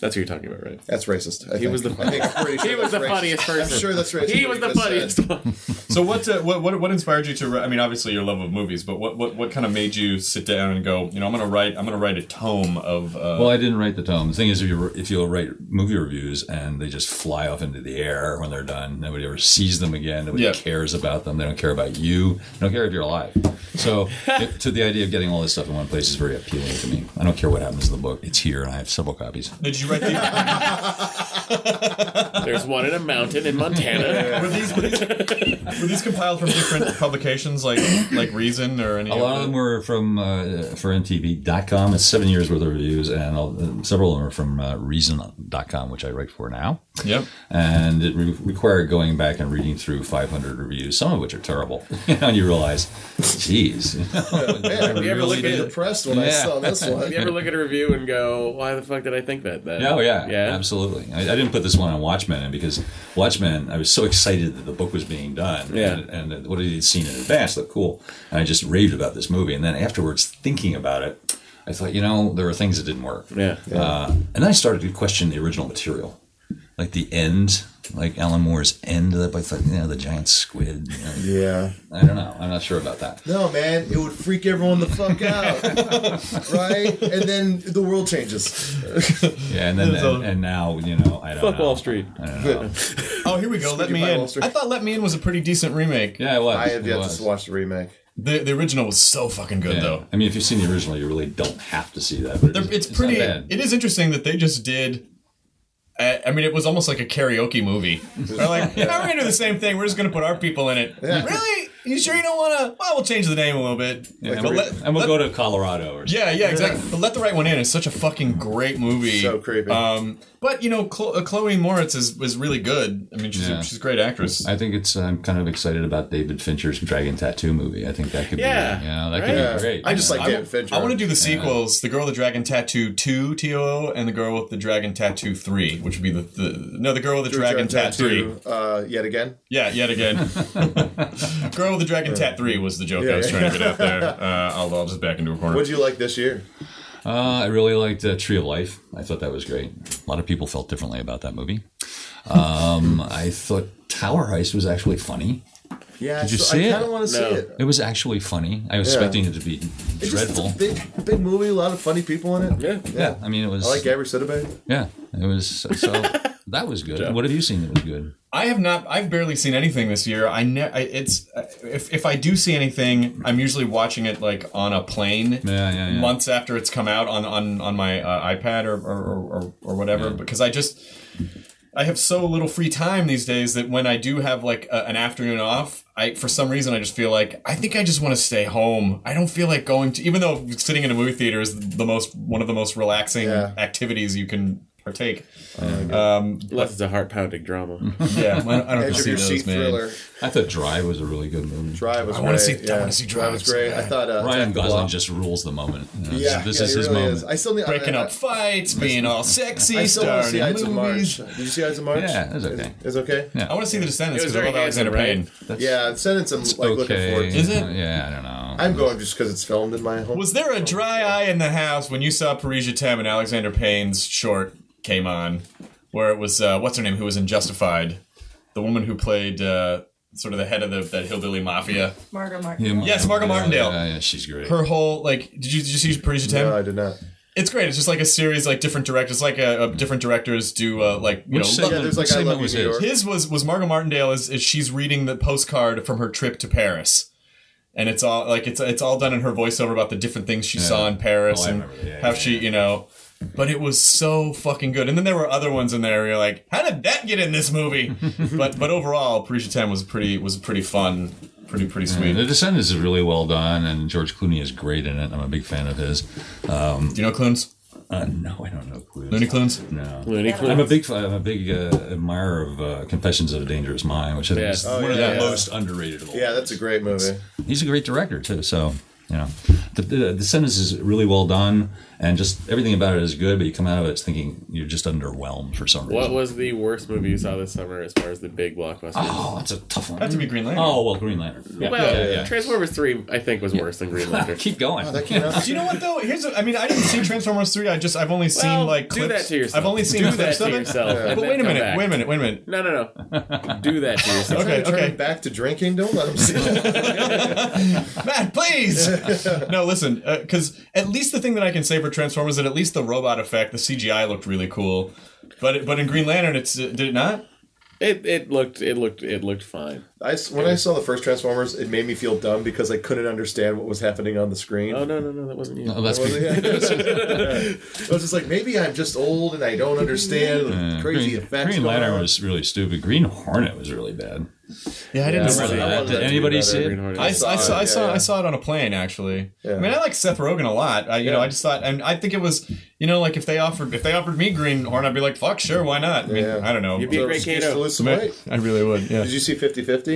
Speaker 6: That's who you're talking about, right?
Speaker 5: That's racist. I
Speaker 6: He
Speaker 5: think.
Speaker 6: was the-
Speaker 5: I think I'm pretty sure
Speaker 6: He was
Speaker 5: that's
Speaker 6: the
Speaker 5: racist.
Speaker 6: funniest person.
Speaker 5: I'm sure that's racist.
Speaker 6: He
Speaker 5: what
Speaker 6: was
Speaker 5: you
Speaker 6: the
Speaker 5: just said.
Speaker 6: funniest one.
Speaker 4: So what, uh, what what what inspired you to? wri- I mean, obviously your love of movies, but what what, what kind of made you sit down and go? You know, I'm gonna write. I'm gonna write a tome of. Uh,
Speaker 3: Well, I didn't write the tome. The thing is, if you if you'll write movie reviews and they just fly off into the air when they're done, nobody ever sees them again. Nobody
Speaker 4: Yeah.
Speaker 3: cares about them. They don't care about you. They don't care if you're alive. So, it, to the idea of getting all this stuff in one place is very appealing to me. I don't care what happens to the book. It's here, and I have several copies.
Speaker 4: did you write these?
Speaker 6: There's one in a mountain in Montana.
Speaker 4: were these were these compiled from different publications, like like Reason or any?
Speaker 3: A lot of them were from uh, for MTV.com. It's seven years worth of reviews, and all, several of them are from uh, Reason.com, which I write for now.
Speaker 4: Yep.
Speaker 3: and it re- required going back and reading through 500 reviews, some of which are terrible. and you realize, geez, you know,
Speaker 5: Man,
Speaker 3: we
Speaker 5: you ever
Speaker 3: really
Speaker 5: look at
Speaker 3: did-
Speaker 5: depressed when I
Speaker 3: Yeah.
Speaker 5: saw this one?
Speaker 6: you ever look at a review and go, "Why the fuck did I think that?" Then?
Speaker 3: Oh yeah,
Speaker 6: yeah.
Speaker 3: absolutely. I, I didn't put this one on Watchmen in because Watchmen. I was so excited that the book was being done.
Speaker 6: Yeah.
Speaker 3: and, and what I had seen in advance looked cool, and I just raved about this movie. And then afterwards, thinking about it, I thought, you know, there were things that didn't work.
Speaker 6: Yeah.
Speaker 3: Uh, and then I started to question the original material, like the end, like Alan Moore's end. Of that, I thought, you know, the giant squid. you know.
Speaker 5: Yeah.
Speaker 3: I don't know. I'm not sure about that.
Speaker 5: No, man, it would freak everyone the fuck out, right? And then the world changes.
Speaker 3: Yeah, and then
Speaker 4: There's a-
Speaker 3: and, and now you know I don't
Speaker 6: Fuck
Speaker 3: know.
Speaker 6: Wall Street.
Speaker 3: I don't know.
Speaker 4: Oh, here we go. Let me
Speaker 5: Goodbye,
Speaker 4: in.
Speaker 5: Wall Street.
Speaker 4: I thought Let Me In was a pretty decent remake.
Speaker 3: Yeah, it was.
Speaker 5: I have
Speaker 3: It
Speaker 5: yet
Speaker 3: was.
Speaker 5: to watch the remake.
Speaker 4: The the original was so fucking good
Speaker 3: Yeah.
Speaker 4: though.
Speaker 3: I mean, if you've seen the original, you really don't have to see that. But
Speaker 4: They're- it's,
Speaker 3: not
Speaker 4: pretty.
Speaker 3: bad.
Speaker 4: It is interesting that they just did. I I mean, it was almost like a karaoke movie. They're like, "Yeah, we're gonna do the same thing. We're just gonna put our people in it." Really? You sure you don't want to? Well, we'll change the name a little bit.
Speaker 3: Yeah, and, we'll,
Speaker 4: but let-
Speaker 3: and we'll go to Colorado or something.
Speaker 4: Yeah, yeah, exactly. But let the right one in is such a fucking great movie.
Speaker 5: So creepy.
Speaker 4: Um, but you know, Chlo- uh, Chloe Moritz is is really good. I mean, she's
Speaker 3: Yeah.
Speaker 4: a, she's a great actress.
Speaker 3: I think it's. I'm kind of excited about David Fincher's Dragon Tattoo movie. I think that could
Speaker 6: Yeah.
Speaker 3: be. Yeah, that
Speaker 6: Right.
Speaker 3: could be great.
Speaker 5: I just
Speaker 3: Yeah.
Speaker 5: like David Fincher.
Speaker 4: I want to do the sequels: the girl with the dragon tattoo two, T O O, and the girl with the dragon tattoo three, which would be the, the no, the girl with the dragon, tattoo.
Speaker 5: uh, yet again.
Speaker 4: Yeah, yet again. Girl with the Dragon Tat 3 was the joke I was trying to get out there. Uh, I'll, I'll just back into a corner.
Speaker 5: What'd you like this year?
Speaker 3: Uh, I really liked uh, Tree of Life. I thought that was great. A lot of people felt differently about that movie. Um, I thought Tower Heist was actually funny.
Speaker 5: Yeah,
Speaker 3: Did you
Speaker 5: so
Speaker 3: see
Speaker 5: I
Speaker 3: it?
Speaker 5: kind of want to
Speaker 6: No.
Speaker 5: see it.
Speaker 3: It was actually funny. I was
Speaker 5: Yeah.
Speaker 3: expecting it to be
Speaker 5: It's just-
Speaker 3: dreadful.
Speaker 5: It's a big, big movie, a lot of funny people in it.
Speaker 6: Yeah.
Speaker 3: yeah, I mean it was.
Speaker 5: I like Gabby Sidibe.
Speaker 3: Yeah, it was so. that was good. What have you seen that was good?
Speaker 4: I have not. I've barely seen anything this year. I ne- I, It's if, if I do see anything, I'm usually watching it like on a plane.
Speaker 3: Yeah, yeah, yeah.
Speaker 4: Months after it's come out on on on my uh, iPad or or, or, or, or whatever, because I just I have so little free time these days that when I do have like a, an afternoon off, I for some reason I just feel like I think I just want to stay home. I don't feel like going to, even though sitting in a movie theater is the most one of the most relaxing
Speaker 5: Yeah.
Speaker 4: activities you can partake.
Speaker 6: Unless it's a heart pounding drama.
Speaker 4: Yeah, well, I don't
Speaker 5: Edge of
Speaker 4: see
Speaker 5: your
Speaker 4: those,
Speaker 5: seat
Speaker 4: man.
Speaker 5: thriller.
Speaker 3: I thought Drive was a really good movie.
Speaker 5: Drive was
Speaker 4: I
Speaker 5: great.
Speaker 4: wanna see- I
Speaker 5: yeah.
Speaker 4: wanna see Drive
Speaker 5: was
Speaker 4: so
Speaker 5: great. I
Speaker 4: bad.
Speaker 5: thought uh,
Speaker 3: Ryan
Speaker 5: Attack the
Speaker 3: Gosling
Speaker 5: Block-
Speaker 3: just rules the moment. You know,
Speaker 5: Yeah,
Speaker 3: this
Speaker 5: yeah,
Speaker 3: is
Speaker 5: he
Speaker 3: his
Speaker 5: really
Speaker 3: moment.
Speaker 5: Is. I still need
Speaker 4: Breaking
Speaker 5: Uh, I,
Speaker 4: up fights, being all sexy,
Speaker 5: I still want to see
Speaker 4: starring
Speaker 5: Ides of March.
Speaker 4: movies.
Speaker 5: Did you see Ides of March?
Speaker 3: Yeah, that's okay.
Speaker 5: Is okay.
Speaker 3: Yeah.
Speaker 4: I want to see The Descendants
Speaker 6: It was
Speaker 4: because I
Speaker 6: very
Speaker 4: love Alexander
Speaker 6: handsome,
Speaker 4: Payne.
Speaker 3: That's
Speaker 5: Yeah, Descendants. I'm like looking forward. to.
Speaker 4: Is it?
Speaker 3: Yeah, I don't know.
Speaker 5: I'm going just because it's filmed in my home.
Speaker 4: Was there a dry eye in the house when you saw Parisia Tem and Alexander Payne's short came on, where it was uh, what's her name who was in Justified, the woman who played uh, sort of the head of the, that hillbilly mafia.
Speaker 7: Margot
Speaker 3: Yeah,
Speaker 7: Martin.
Speaker 3: Mar-
Speaker 4: Yes, Margot Martindale.
Speaker 3: Yeah, yeah, she's great.
Speaker 4: Her whole like, did you did you see Parisia Tem?
Speaker 5: No, I did not.
Speaker 4: it's great. It's just like a series, like different directors, like a, a different directors do uh, like you
Speaker 3: Which
Speaker 4: know.
Speaker 3: segment,
Speaker 5: Yeah, there's like
Speaker 3: which
Speaker 5: I
Speaker 3: segment
Speaker 5: Love You,
Speaker 3: was
Speaker 5: New
Speaker 3: his?
Speaker 5: York.
Speaker 4: His was was Margot Martindale is, is she's reading the postcard from her trip to Paris, and it's all like it's it's all done in her voiceover about the different things she saw in Paris
Speaker 3: Oh, I
Speaker 4: and
Speaker 3: remember that. Yeah,
Speaker 4: how
Speaker 3: yeah,
Speaker 4: she you know. But it was so fucking good. And then there were other ones in there. Where you're like, how did that get in this movie? but but overall, Parisian Time was pretty was pretty fun, pretty pretty sweet.
Speaker 3: The Descendants is really well done, and George Clooney is great in it. I'm a big fan of his.
Speaker 4: Do you know Clunes?
Speaker 3: Uh, no, I don't know Clooney.
Speaker 4: Looney Clunes?
Speaker 3: No.
Speaker 6: Looney
Speaker 3: I'm a
Speaker 6: Clue.
Speaker 3: big I'm a big uh, admirer of uh, Confessions of a Dangerous Mind, which I think is
Speaker 6: Yes. Oh,
Speaker 3: one of
Speaker 5: yeah,
Speaker 3: the
Speaker 5: yeah.
Speaker 3: most underrated of all.
Speaker 5: Yeah, that's a great movie.
Speaker 3: he's a great director too. So you know, the, the Descendants is really well done, and just everything about it is good. But you come out of it thinking you're just underwhelmed for some reason.
Speaker 6: What was the worst movie you saw this summer as far as the big blockbusters?
Speaker 3: Oh, that's a tough one.
Speaker 4: Had to be Green Lantern.
Speaker 3: Oh well, Green Lantern. Yeah,
Speaker 6: well,
Speaker 3: yeah, yeah.
Speaker 6: Transformers 3, I think, was worse than Green Lantern.
Speaker 3: Keep going.
Speaker 5: Oh, That came out.
Speaker 4: Do you know what though? Here's a, I mean I didn't see Transformers three. I just I've only seen
Speaker 6: Well,
Speaker 4: like
Speaker 6: do
Speaker 4: clips.
Speaker 6: that to yourself.
Speaker 4: I've only seen
Speaker 6: Do
Speaker 4: clips
Speaker 6: that to
Speaker 4: of it.
Speaker 6: yourself, and
Speaker 4: But
Speaker 6: then
Speaker 4: wait a
Speaker 6: come
Speaker 4: minute.
Speaker 6: back.
Speaker 4: Wait a minute. Wait a minute.
Speaker 6: No, no, no. Do that to yourself.
Speaker 4: Okay.
Speaker 5: Turn
Speaker 4: Okay.
Speaker 5: back to drinking. Don't let him see it.
Speaker 4: Matt, please. no, listen. Because at least the thing that I can say for Transformers is that at least the robot effect, the CGI looked really cool. But it, but in Green Lantern, it's uh, did it not?
Speaker 6: It, it looked it looked it looked fine.
Speaker 5: I s when I saw the first Transformers, it made me feel dumb because I couldn't understand what was happening on the screen.
Speaker 6: Oh no no no that wasn't you.
Speaker 3: Oh, that's
Speaker 5: Was
Speaker 3: good.
Speaker 5: it? I was just like, maybe I'm just old and I don't understand the crazy
Speaker 3: Green,
Speaker 5: effects.
Speaker 3: Green
Speaker 5: going
Speaker 3: Lantern
Speaker 5: on.
Speaker 3: was really stupid. Green Hornet was really bad.
Speaker 4: Yeah, I didn't.
Speaker 5: I
Speaker 4: see
Speaker 5: remember
Speaker 4: that.
Speaker 5: that.
Speaker 3: Did anybody see
Speaker 6: Green
Speaker 3: it?
Speaker 6: Hornet.
Speaker 4: I, I saw, I saw,
Speaker 5: Yeah,
Speaker 4: I saw,
Speaker 5: yeah.
Speaker 4: I saw it on a plane actually. I mean, I like Seth Rogen a lot. I, you know, I just thought, and I think it was, you know, like if they offered, if they offered me Green Horn, I'd be like, fuck, sure, why not? I mean,
Speaker 5: Yeah.
Speaker 4: I don't know.
Speaker 6: You'd be
Speaker 5: So
Speaker 6: a great
Speaker 5: excuse to
Speaker 6: Kato.
Speaker 5: lose some weight.
Speaker 4: I really would. Yeah.
Speaker 5: Did you see 50 50?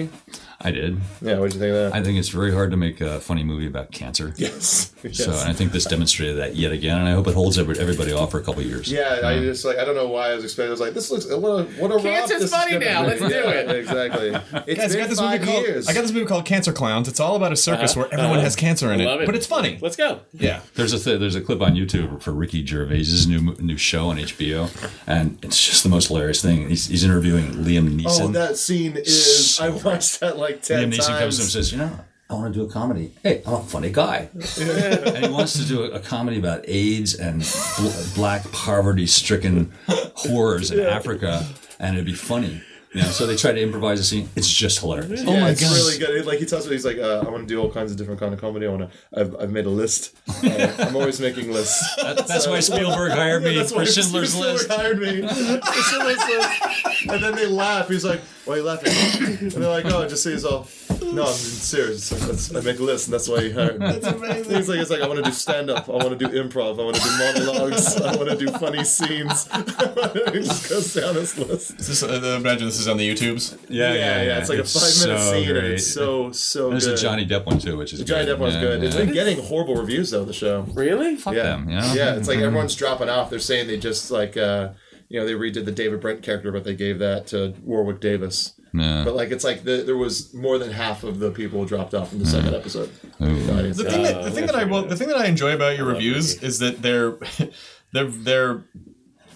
Speaker 3: I did.
Speaker 5: Yeah, what'd you think of that?
Speaker 3: I think it's very hard to make a funny movie about cancer.
Speaker 5: yes.
Speaker 3: So and I think this demonstrated that yet again, and I hope it holds every- everybody off for a couple of years.
Speaker 5: Yeah, I just like I don't know why I was expecting. I was like, this looks what a what a romp
Speaker 6: Cancer's
Speaker 5: this is
Speaker 6: funny
Speaker 5: gonna
Speaker 6: now,
Speaker 5: be.
Speaker 6: let's do
Speaker 5: Yeah,
Speaker 6: it.
Speaker 5: exactly. It's
Speaker 4: Guys, I
Speaker 5: been
Speaker 4: got this
Speaker 5: five
Speaker 4: movie called
Speaker 5: years.
Speaker 4: I got this movie called Cancer Clowns. It's all about a circus where everyone has cancer in it,
Speaker 6: Uh-huh. Uh, Love it.
Speaker 4: but it's funny.
Speaker 6: Let's go.
Speaker 4: Yeah,
Speaker 3: There's a th- there's a clip on YouTube for Ricky Gervais's new mo- new show on HBO, and it's just the most hilarious thing. He's, he's interviewing Liam Neeson.
Speaker 5: Oh, that scene is I watched that like ten
Speaker 3: Liam Neeson comes
Speaker 5: times.
Speaker 3: to him and says, "You know, I want to do a comedy. Hey, I'm a funny guy." and he wants to do a, a comedy about AIDS and bl- black poverty-stricken horrors in Africa, and it'd be funny. You know, so they try to improvise a scene. It's just hilarious.
Speaker 5: yeah,
Speaker 3: oh my
Speaker 5: it's
Speaker 3: god!
Speaker 5: really good. It- Like he tells me, he's like, uh, I want to do all kinds of different kind of comedy. I want to. I've, I've made a list. Uh, I'm always making lists.
Speaker 3: That's why Spielberg hired me
Speaker 5: Yeah, that's why
Speaker 3: for Schindler's
Speaker 5: Spielberg
Speaker 3: List.
Speaker 5: hired me. For Schindler's List. And then they laugh. He's like, "Why are you laughing?" And they're like, "Oh, just say he's all." No, I'm serious. It's like, that's- I make a list, and that's why he hired me. That's amazing. He's like, "It's like I want to do stand up. I want to do improv. I want to do monologues. I want to do funny scenes." he just goes down his list.
Speaker 4: Is this, uh, imagine this is on the YouTubes.
Speaker 3: Yeah,
Speaker 5: It's like a five minute
Speaker 3: so
Speaker 5: scene, and
Speaker 3: great.
Speaker 5: it's so so
Speaker 3: There's
Speaker 5: good.
Speaker 3: a Johnny Depp one too, which is
Speaker 5: Johnny
Speaker 3: good.
Speaker 5: Depp one's
Speaker 3: Yeah,
Speaker 5: good. It's
Speaker 3: yeah.
Speaker 5: been getting horrible reviews though. The show.
Speaker 6: Really?
Speaker 3: Fuck them, you know?
Speaker 5: Yeah, it's like everyone's dropping off. They're saying they just like uh you know they redid the David Brent character, but they gave that to Warwick Davis.
Speaker 3: Yeah.
Speaker 5: But like it's like the, there was more than half of the people dropped off in the second episode. Audience.
Speaker 4: The thing that the thing that I will the thing that I enjoy about your reviews is that they're they're they're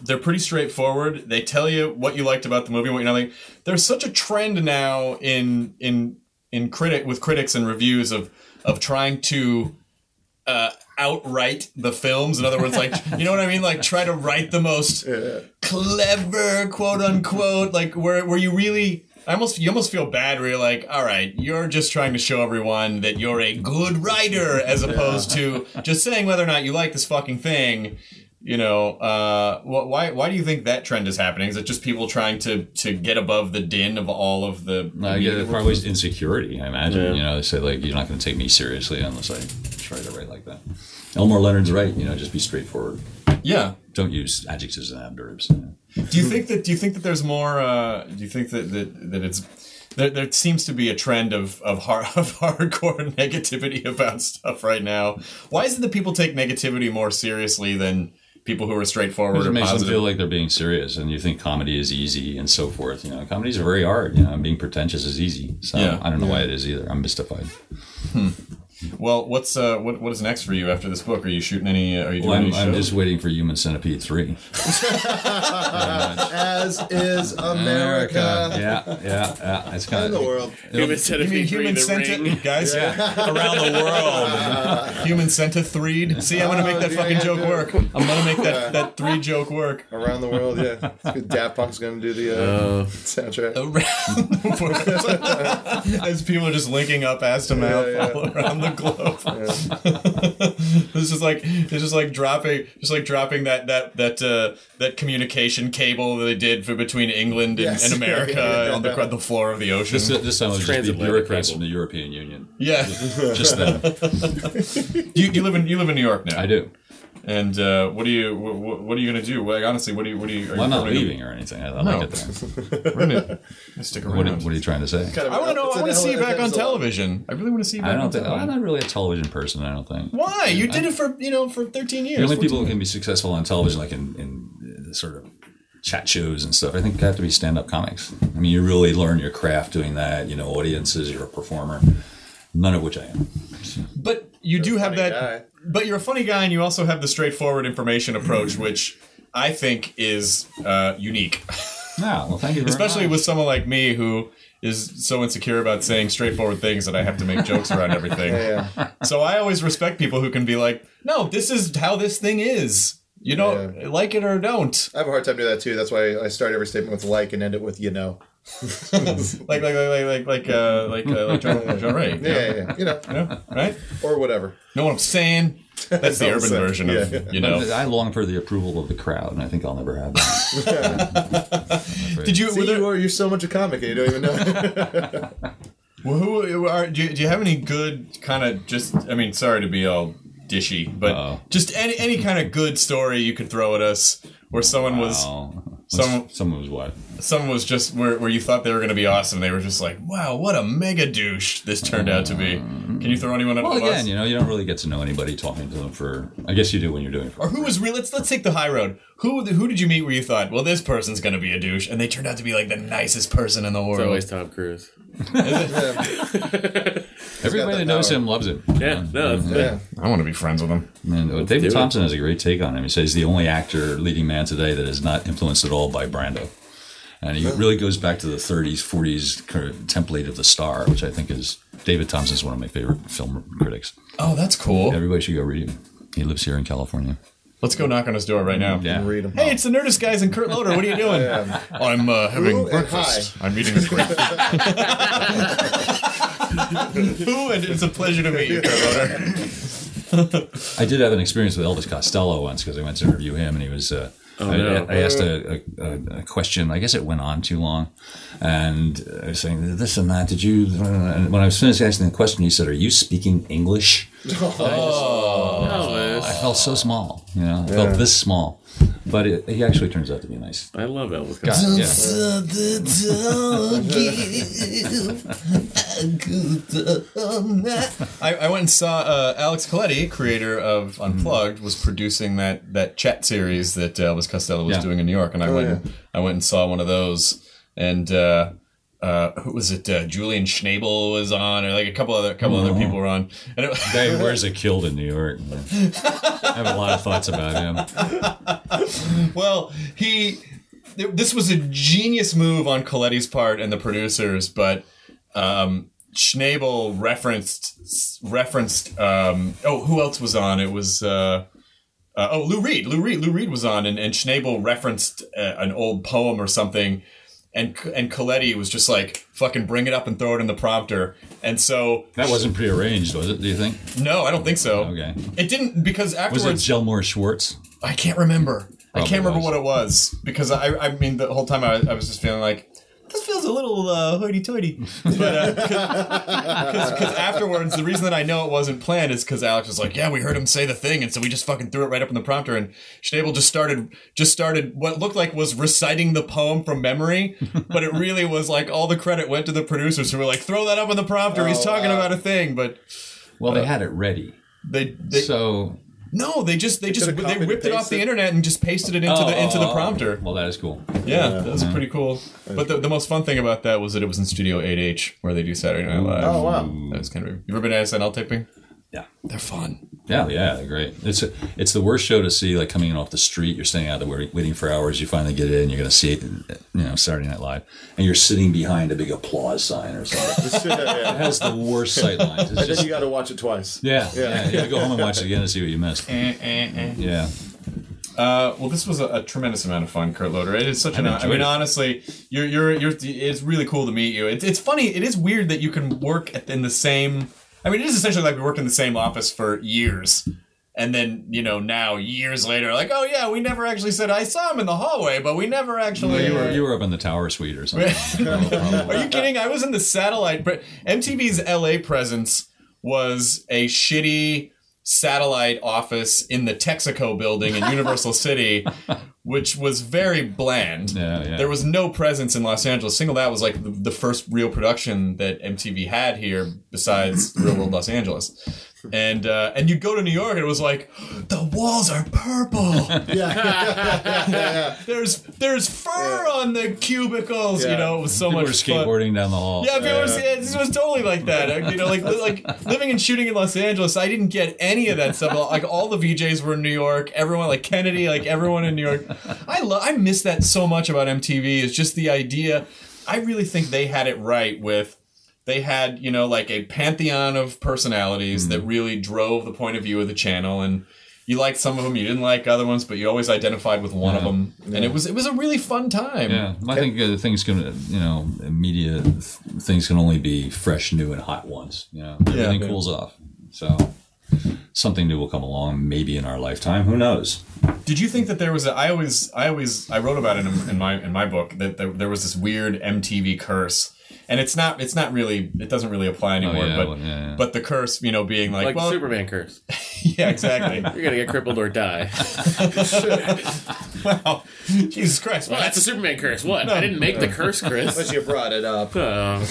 Speaker 4: they're pretty straightforward. They tell you what you liked about the movie, what you not like. There's such a trend now in in in critic with critics and reviews of of trying to uh, outright the films. In other words, like you know what I mean, like try to write the most clever quote unquote, like where where you really. I almost you almost feel bad where you're like, all right, you're just trying to show everyone that you're a good writer as opposed to just saying whether or not you like this fucking thing. You know, uh, wh- why why do you think that trend is happening? Is it just people trying to to get above the din of all of the?
Speaker 3: I get it probably insecurity. I imagine you know they say like you're not going to take me seriously unless I try to write like that. Elmore Leonard's right. You know, just be straightforward.
Speaker 4: Yeah.
Speaker 3: Don't use adjectives and adverbs.
Speaker 4: Do you think that? Do you think that there's more? Uh, do you think that that, that it's there, there seems to be a trend of of, hard, of hardcore negativity about stuff right now. Why is it that people take negativity more seriously than people who are straightforward
Speaker 3: It
Speaker 4: or
Speaker 3: makes them
Speaker 4: positive?
Speaker 3: feel like they're being serious, and you think comedy is easy and so forth. You know, comedies are very hard. You know, and being pretentious is easy. So
Speaker 4: Yeah.
Speaker 3: I don't know why it is either. I'm mystified.
Speaker 4: well, what's uh, what what is next for you after this book? Are you shooting any? uh, Are you doing
Speaker 3: Well, I'm,
Speaker 4: any
Speaker 3: I'm
Speaker 4: shows?
Speaker 3: just waiting for Human Centipede three.
Speaker 5: As is America.
Speaker 3: Yeah, yeah, yeah. It's kind
Speaker 5: In the world.
Speaker 6: Human
Speaker 4: You mean
Speaker 6: Centipede
Speaker 4: human
Speaker 6: 3, The Ring.
Speaker 4: centipede, guys? Around the world. human centipede. See, I'm gonna make that
Speaker 5: yeah,
Speaker 4: fucking
Speaker 5: yeah,
Speaker 4: joke
Speaker 5: dude.
Speaker 4: work. I'm gonna make that, that three joke work.
Speaker 5: Around the world, yeah. Daft Punk's gonna do the uh, soundtrack.
Speaker 4: Around the world. As people are just linking up ass to mouth
Speaker 5: yeah.
Speaker 4: all around the globe. it's just like it's just like dropping just like dropping that that that uh, that communication cable that they did for between England and,
Speaker 5: Yes.
Speaker 4: and America
Speaker 5: Yeah, yeah,
Speaker 4: on the,
Speaker 5: yeah.
Speaker 4: the floor of the ocean.
Speaker 3: This, this time it would just uh, be
Speaker 6: Transatlantic
Speaker 3: bureaucrats
Speaker 6: cable.
Speaker 3: from the European Union.
Speaker 4: yeah.
Speaker 3: Just them.
Speaker 4: You, you live in you live in New York now.
Speaker 3: I do.
Speaker 4: And uh, what do you what, what are you gonna do? Like honestly, what do you what do you?
Speaker 3: Well,
Speaker 4: Are you
Speaker 3: I'm not
Speaker 4: what are you-
Speaker 3: leaving or anything. I, I
Speaker 4: No.
Speaker 3: like it there.
Speaker 4: We're gonna stick around.
Speaker 3: What, are- what are you trying to say?
Speaker 5: Kind of
Speaker 4: I want to
Speaker 5: an-
Speaker 4: know.
Speaker 5: it's
Speaker 4: I
Speaker 5: an
Speaker 4: want to see you
Speaker 5: ele-
Speaker 4: back on
Speaker 5: it's a-
Speaker 4: television. I really want to see you back
Speaker 3: I don't
Speaker 4: on
Speaker 3: think I'm
Speaker 4: television.
Speaker 3: not really a television person. I don't think.
Speaker 4: Why? You did it for you know for 13 years.
Speaker 3: The only
Speaker 4: 14
Speaker 3: people who can be successful on television, like in, in uh, sort of chat shows and stuff, I think have to be stand up comics. I mean, you really learn your craft doing that. You know, audiences, you're a performer, none of which I am.
Speaker 4: But you do have
Speaker 5: funny
Speaker 4: that.
Speaker 5: guy.
Speaker 4: But you're a funny guy, and you also have the straightforward information approach, which I think is uh, unique,
Speaker 3: No, well, thank you very
Speaker 4: especially
Speaker 3: much.
Speaker 4: with someone like me who is so insecure about saying straightforward things that I have to make jokes around everything.
Speaker 5: Yeah, yeah.
Speaker 4: So I always respect people who can be like, "No, this is how this thing is. You know, like it or don't."
Speaker 5: I have a hard time doing that too. That's why I start every statement with like and end it with you know.
Speaker 4: Like, like, like, like, like, like, uh, like, uh, like John, John Ray.
Speaker 5: Yeah, yeah, yeah. You know,
Speaker 4: yeah, right.
Speaker 5: or whatever.
Speaker 4: Know what I'm saying? That's the
Speaker 5: what I'm
Speaker 4: urban
Speaker 5: saying.
Speaker 4: version of
Speaker 5: Yeah.
Speaker 4: you know.
Speaker 3: I long for the approval of the crowd, and I think I'll never have that.
Speaker 4: Did you?
Speaker 5: See,
Speaker 4: were there-
Speaker 5: you are, you're so much a comic and you don't even know.
Speaker 4: Well, who are, do, you, do you have any good kind of just? I mean, sorry to be all dishy, but
Speaker 3: Uh-oh.
Speaker 4: just any any kind of good story you could throw at us, where someone was
Speaker 3: Wow.
Speaker 4: some-
Speaker 3: someone was what?
Speaker 4: someone was just where, where you thought they were going to be awesome, they were just like, wow, what a mega douche this turned out to be. Can you throw anyone under
Speaker 3: Well,
Speaker 4: the bus?
Speaker 3: again, you know, you don't really get to know anybody talking to them for. I guess you do when you're doing it. For,
Speaker 4: Or who was real? Let's let's take the high road. Who who did you meet where you thought, well, this person's going to be a douche, and they turned out to be like the nicest person in the
Speaker 6: It's
Speaker 4: world?
Speaker 6: always Tom Cruise.
Speaker 3: Everybody
Speaker 5: that
Speaker 3: that knows
Speaker 5: power.
Speaker 3: him loves him.
Speaker 6: Yeah,
Speaker 4: Mm-hmm.
Speaker 6: no, it's
Speaker 5: yeah.
Speaker 4: I want to be friends with him.
Speaker 3: And uh, David
Speaker 6: do it.
Speaker 3: Thompson has a great take on him. He says he's the only actor, leading man today that is not influenced at all by Brando. And he really goes back to the 30s, 40s kind of template of the star, which I think is David Thompson's one of my favorite film critics.
Speaker 4: Oh, that's cool.
Speaker 3: Everybody should go read him. He lives here in California.
Speaker 4: Let's go knock on his door right now.
Speaker 3: Yeah.
Speaker 5: Read them.
Speaker 4: Hey, it's the Nerdist guys and Kurt Loder. What are you doing? I'm uh, having
Speaker 5: Who and
Speaker 4: breakfast. I'm eating a crepe. Who and it's a pleasure to meet you, Kurt Loder.
Speaker 3: I did have an experience with Elvis Costello once because I went to interview him, and he was. Uh, I,
Speaker 6: Oh, no.
Speaker 3: I asked a, a- a, a question. I guess it went on too long, and I was saying this and that. Did you? And when I was finished asking the question, he said, "Are you speaking English?"
Speaker 6: Elvis.
Speaker 3: I felt so small. You know, I felt this small. But it, he actually turns out to be a nice.
Speaker 6: I love Elvis.
Speaker 3: guy.
Speaker 6: Costello.
Speaker 3: Yeah.
Speaker 4: I, I went and saw uh, Alex Coletti, creator of Unplugged, was producing that that chat series that uh, Elvis Costello was
Speaker 3: Yeah.
Speaker 4: doing in New York, and I went I went and saw one of those, and uh, uh, who was it? Uh, Julian Schnabel was on, or like a couple other couple other people were on, and it,
Speaker 3: Hey, where's it killed in New York? I have a lot of thoughts about him.
Speaker 4: Well, he. th- This was a genius move on Coletti's part and the producers, but um, Schnabel referenced referenced. Um, oh, who else was on? It was. Uh, uh, oh, Lou Reed. Lou Reed. Lou Reed was on, and, and Schnabel referenced uh, an old poem or something, and and Coletti was just like, "Fucking bring it up and throw it in the prompter." And so,
Speaker 3: That wasn't prearranged, was it? Do you think?
Speaker 4: no, I don't think so.
Speaker 3: Okay.
Speaker 4: It didn't
Speaker 3: Was
Speaker 4: because afterwards
Speaker 3: it Gelmore Schwartz?
Speaker 4: I can't remember. I
Speaker 3: Probably
Speaker 4: can't remember
Speaker 3: was.
Speaker 4: what it was because I, I mean, the whole time I, I was just feeling like this feels a little uh, hoity-toity. But uh, because afterwards, the reason that I know it wasn't planned is because Alex was like, "Yeah, we heard him say the thing," and so we just fucking threw it right up in the prompter, and Schnabel just started just started what looked like was reciting the poem from memory, but it really was like all the credit went to the producers who were like, "Throw that up in the prompter. He's talking about a thing," but
Speaker 3: Well, they had it ready.
Speaker 4: they. they
Speaker 3: so
Speaker 4: no, they just they just
Speaker 5: could've
Speaker 4: they
Speaker 5: copied and
Speaker 4: whipped it off the
Speaker 5: pasted.
Speaker 4: internet and just pasted it into the into the
Speaker 3: Oh,
Speaker 4: prompter.
Speaker 3: Well, that is cool.
Speaker 4: Yeah, that was pretty cool. But the, the most fun thing about that was that it was in Studio 8H where they do Saturday Night Live.
Speaker 5: Oh wow.
Speaker 4: That was kind of you ever been to SNL taping?
Speaker 3: Yeah.
Speaker 4: They're fun.
Speaker 3: Yeah, yeah, they're great. It's it's the worst show to see like coming in off the street. You're standing out there waiting, waiting for hours. You finally get in. You're gonna see it, you know, Saturday Night Live, and you're sitting behind a big applause sign or something.
Speaker 5: yeah, yeah.
Speaker 3: it has the worst sight lines. It's
Speaker 5: And then
Speaker 3: just,
Speaker 5: you got to watch it twice.
Speaker 3: yeah, yeah, You go home and watch it again and see what you missed. eh, Yeah,
Speaker 4: Uh, well, this was a, a tremendous amount of fun, Kurt Loder. It is such an. I
Speaker 3: enjoyed
Speaker 4: mean,
Speaker 3: it.
Speaker 4: honestly, you're you're you're. It's really cool to meet you. It's it's funny. It is weird that you can work at, in the same. I mean, it is essentially like we worked in the same office for years, and then you know now years later, like oh yeah, we never actually said I saw him in the hallway, but we never actually.
Speaker 3: you were you were up in the tower suite or something.
Speaker 4: Are you kidding? I was in the satellite. Pre- MTV's LA presence was a shitty satellite office in the Texaco building in Universal City, which was very bland.
Speaker 3: Yeah, yeah.
Speaker 4: There was no presence in Los Angeles. Single That was like the, the first real production that MTV had here besides Real World Los Angeles. And uh, and you go to New York and it was like the walls are purple. there's there's fur on the cubicles. You
Speaker 5: Yeah.
Speaker 4: know, it was so
Speaker 3: People
Speaker 4: much
Speaker 3: were
Speaker 4: fun.
Speaker 3: skateboarding down the hall.
Speaker 4: Yeah, people were saying- this was totally like that. Uh, You know, like li- like living and shooting in Los Angeles, I didn't get any of that stuff. Like all the VJs were in New York. Everyone, like Kennedy, like everyone in New York. I love. I miss that so much about MTV. It's just the idea. I really think they had it right with. They had you know like a pantheon of personalities that really drove the point of view of the channel and. You liked some of them, you didn't like other ones, but you always identified with one of them, and it was it was a really fun time.
Speaker 3: Yeah, I think uh, things can, you know, media th- things can only be fresh, new, and hot once. You know, everything
Speaker 4: yeah.
Speaker 3: cools off. So something new will come along, maybe in our lifetime. Who knows?
Speaker 4: Did you think that there was a? I always, I always, I wrote about it in, in my in my book that there, there was this weird MTV curse, and it's not, it's not really, it doesn't really apply anymore.
Speaker 3: Oh, yeah,
Speaker 4: but
Speaker 3: well, yeah, yeah.
Speaker 4: but the curse, you know, being like,
Speaker 6: Like
Speaker 4: well,
Speaker 6: the Superman curse.
Speaker 4: yeah, exactly.
Speaker 6: You're going to get crippled or die.
Speaker 4: wow, Jesus Christ,
Speaker 6: Well, that's the Superman curse. What? I didn't make the curse, Chris.
Speaker 5: But you brought it up.
Speaker 6: Um,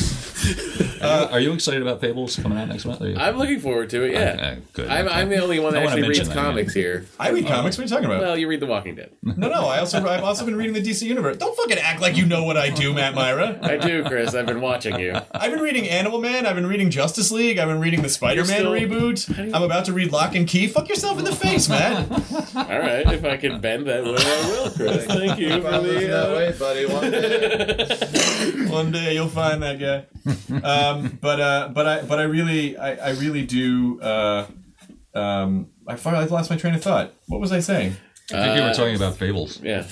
Speaker 3: Are you excited about Fables coming out next month? Are you-
Speaker 6: I'm looking forward to it, yeah.
Speaker 3: Okay, good.
Speaker 6: I'm, I'm the only one that
Speaker 3: I wanna
Speaker 6: actually reads
Speaker 3: mention that, yeah.
Speaker 6: comics here.
Speaker 4: I read comics. What are you talking about?
Speaker 6: Well, you read The Walking Dead.
Speaker 4: no, no. I also, I've also been reading the DC universe. Don't fucking act like you know what I do, Matt Myra.
Speaker 6: I do, Chris. I've been watching you.
Speaker 4: I've been reading Animal Man. I've been reading Justice League. I've been reading the Spider-Man
Speaker 6: still-
Speaker 4: reboot. I'm about to read Lock and Key. Fuck yourself in the face, Matt.
Speaker 6: All right, if I can bend that way, I will, Chris. Thank you. For
Speaker 5: Probably
Speaker 6: the,
Speaker 5: that
Speaker 6: uh,
Speaker 5: way, buddy. One day.
Speaker 4: One day you'll find that guy. Um, but uh, but I but I really I, I really do. Uh, um, I fi- I lost my train of thought. What was I saying?
Speaker 3: I think you were talking about Fables.
Speaker 6: yeah.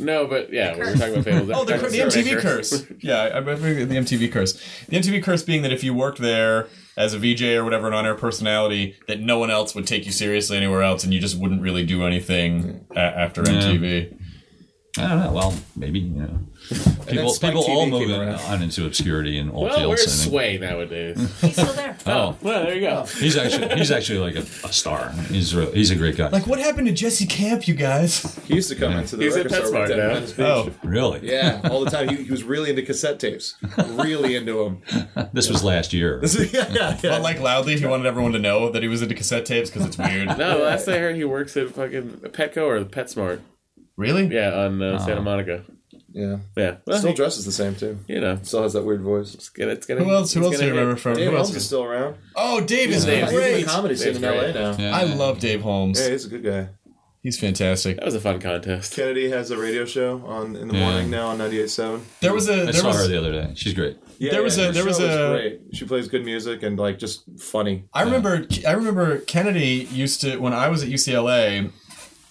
Speaker 6: No, but yeah, we were talking about Fables.
Speaker 4: Oh, the, cur- the MTV
Speaker 6: Superman
Speaker 4: curse. Yeah, I, I remember the MTV curse. The MTV curse being that if you worked there as a VJ or whatever, an on-air personality, that no one else would take you seriously anywhere else, and you just wouldn't really do anything a- after MTV.
Speaker 3: I don't know. Well, maybe you know. People,
Speaker 5: Spike
Speaker 3: people all
Speaker 5: TV
Speaker 3: move
Speaker 5: came
Speaker 3: in-
Speaker 5: around.
Speaker 3: on into obscurity and all
Speaker 6: Well,
Speaker 3: fields.
Speaker 6: where's Sway nowadays?
Speaker 7: He's still there.
Speaker 3: Oh,
Speaker 6: Well, there you go.
Speaker 3: he's actually he's actually like a, a star. He's re- he's a great guy.
Speaker 4: Like, what happened to Jesse Camp, you guys?
Speaker 5: He used to come into the
Speaker 6: He's at
Speaker 5: record store
Speaker 6: PetSmart
Speaker 5: with
Speaker 6: now.
Speaker 5: that
Speaker 4: Oh,
Speaker 3: really?
Speaker 5: Yeah, all the time. He, he was really into cassette tapes. Really into them.
Speaker 3: This was last year.
Speaker 5: yeah, yeah, yeah.
Speaker 4: but like loudly, he wanted everyone to know that he was into cassette tapes because it's weird.
Speaker 6: No, last I heard, he works at fucking Petco or PetSmart.
Speaker 4: Really?
Speaker 6: Yeah, on uh,
Speaker 4: Oh.
Speaker 6: Santa Monica.
Speaker 5: yeah.
Speaker 6: Yeah. Well,
Speaker 5: Still dresses the same too.
Speaker 6: you know,
Speaker 5: Still has that weird voice.
Speaker 6: it's gonna. It's gonna
Speaker 4: Who else? Who
Speaker 6: it's
Speaker 4: else do
Speaker 6: gonna
Speaker 4: you remember
Speaker 6: hit.
Speaker 4: from?
Speaker 5: Dave
Speaker 4: who else
Speaker 5: Holmes is still around.
Speaker 4: Oh, Dave is
Speaker 6: Yeah.
Speaker 5: He's in
Speaker 4: great.
Speaker 5: the comedy scene in
Speaker 6: Dave's
Speaker 5: LA
Speaker 6: great.
Speaker 5: now.
Speaker 3: Yeah,
Speaker 4: I
Speaker 3: yeah.
Speaker 4: love Dave Holmes.
Speaker 5: Yeah, he's a good guy.
Speaker 4: He's fantastic.
Speaker 6: That was a fun contest.
Speaker 5: Kennedy has a radio show on in the
Speaker 3: Yeah.
Speaker 5: morning now on 98.7.
Speaker 4: There was a
Speaker 3: I
Speaker 4: there
Speaker 3: saw her
Speaker 4: was
Speaker 3: the other day. She's great.
Speaker 5: Yeah,
Speaker 4: There was
Speaker 5: yeah,
Speaker 4: a-
Speaker 5: her
Speaker 4: there was
Speaker 5: show is
Speaker 4: a-
Speaker 5: great. She plays good music and like just funny.
Speaker 4: I remember I remember Kennedy used to when I was at UCLA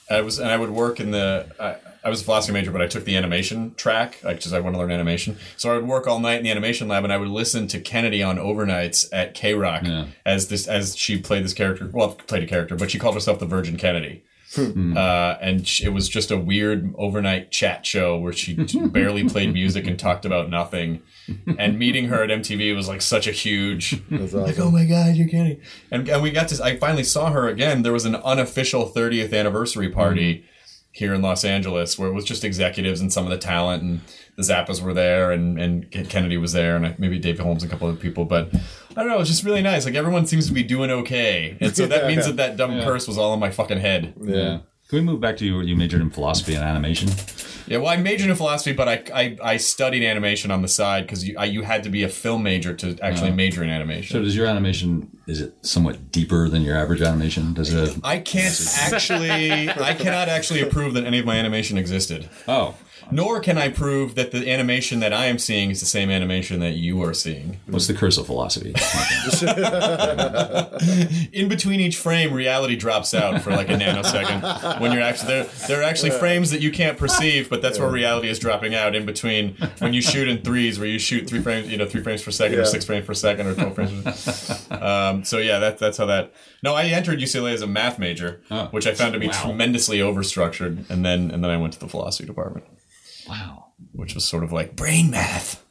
Speaker 4: I was and I would work in the I, I was a philosophy major but I took the animation track like just I want to learn animation so I would work all night in the animation lab and I would listen to Kennedy on overnights at K Rock as this as she played this character well played a character but she called herself the Virgin Kennedy uh, and sh it was just a weird overnight chat show where she t- barely played music and talked about nothing. And meeting her at MTV was like such a huge.
Speaker 5: That's
Speaker 4: Like,
Speaker 5: awesome.
Speaker 4: oh my god, you're kidding! And, and we got to. I finally saw her again. There was an unofficial 30th anniversary party here in Los Angeles where it was just executives and some of the talent, and the Zappas were there, and and Ken Kennedy was there, and maybe David Holmes and a couple other people. But I don't know. It's just really nice. Like everyone seems to be doing okay, and so that means that that dumb curse was all in my fucking head.
Speaker 3: Yeah. Can we move back to you? You majored in philosophy and animation.
Speaker 4: Yeah, well, I majored in philosophy, but I I, I studied animation on the side because you I, you had to be a film major to actually major in
Speaker 3: So
Speaker 4: animation.
Speaker 3: does your animation? Is it somewhat deeper than your average animation? Does it?
Speaker 4: I can't actually, I cannot actually approve that any of my animation existed.
Speaker 3: Oh,
Speaker 4: Nor can I prove that the animation that I am seeing is the same animation that you are seeing.
Speaker 3: what's the curse of philosophy?
Speaker 4: In between each frame, reality drops out for like a nanosecond. When you're actually there, there are actually frames that you can't perceive, but that's where reality is dropping out. In between, when you shoot in threes, where you shoot three frames, you know, three frames per second, or
Speaker 5: Yeah.
Speaker 4: six frames per second, or twelve frames. per second. Um, so yeah, that, that's how that. No, I entered UCLA as a math major,
Speaker 3: Oh.
Speaker 4: which I found to be
Speaker 3: Wow.
Speaker 4: tremendously overstructured, and then and then I went to the philosophy department.
Speaker 3: wow.
Speaker 4: which was sort of like brain math,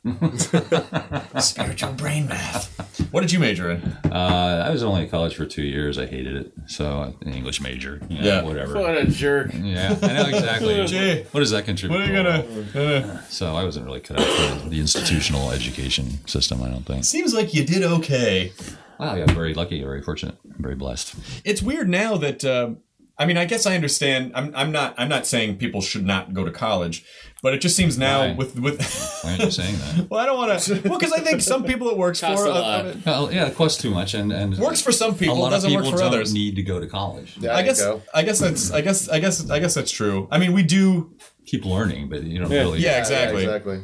Speaker 4: spiritual brain math. What did you major in?
Speaker 3: Uh, I was only at college for two years. I hated it. So an English major. you know,
Speaker 4: Yeah.
Speaker 3: Whatever.
Speaker 6: What a jerk.
Speaker 3: Yeah, I know exactly.
Speaker 4: Gee.
Speaker 3: what does that contribute?
Speaker 4: What are you gonna? Uh,
Speaker 3: So I wasn't really cut out for the institutional education system. I don't think.
Speaker 4: seems like you did okay.
Speaker 3: Wow, I got very lucky, very fortunate, very blessed.
Speaker 4: It's weird now that. um I mean, I guess I understand. I'm, I'm not. I'm not saying people should not go to college, but it just seems now
Speaker 3: Why?
Speaker 4: with with.
Speaker 3: Why aren't you saying that?
Speaker 4: well, I don't want to. Well, because I think some people it works for
Speaker 6: Costs a lot.
Speaker 4: uh,
Speaker 3: Well, yeah, it costs too much, and and
Speaker 4: works for some
Speaker 3: a
Speaker 4: people.
Speaker 3: lot
Speaker 4: It
Speaker 3: of
Speaker 4: doesn't
Speaker 3: people
Speaker 4: work for
Speaker 3: don't
Speaker 4: others.
Speaker 3: need to go to college.
Speaker 5: There
Speaker 4: I
Speaker 5: you
Speaker 4: guess.
Speaker 5: go.
Speaker 4: I guess that's. I guess. I guess. I guess that's true. I mean, we do.
Speaker 3: Keep learning, but you don't really.
Speaker 4: Yeah,
Speaker 5: Yeah,
Speaker 4: exactly.
Speaker 5: exactly.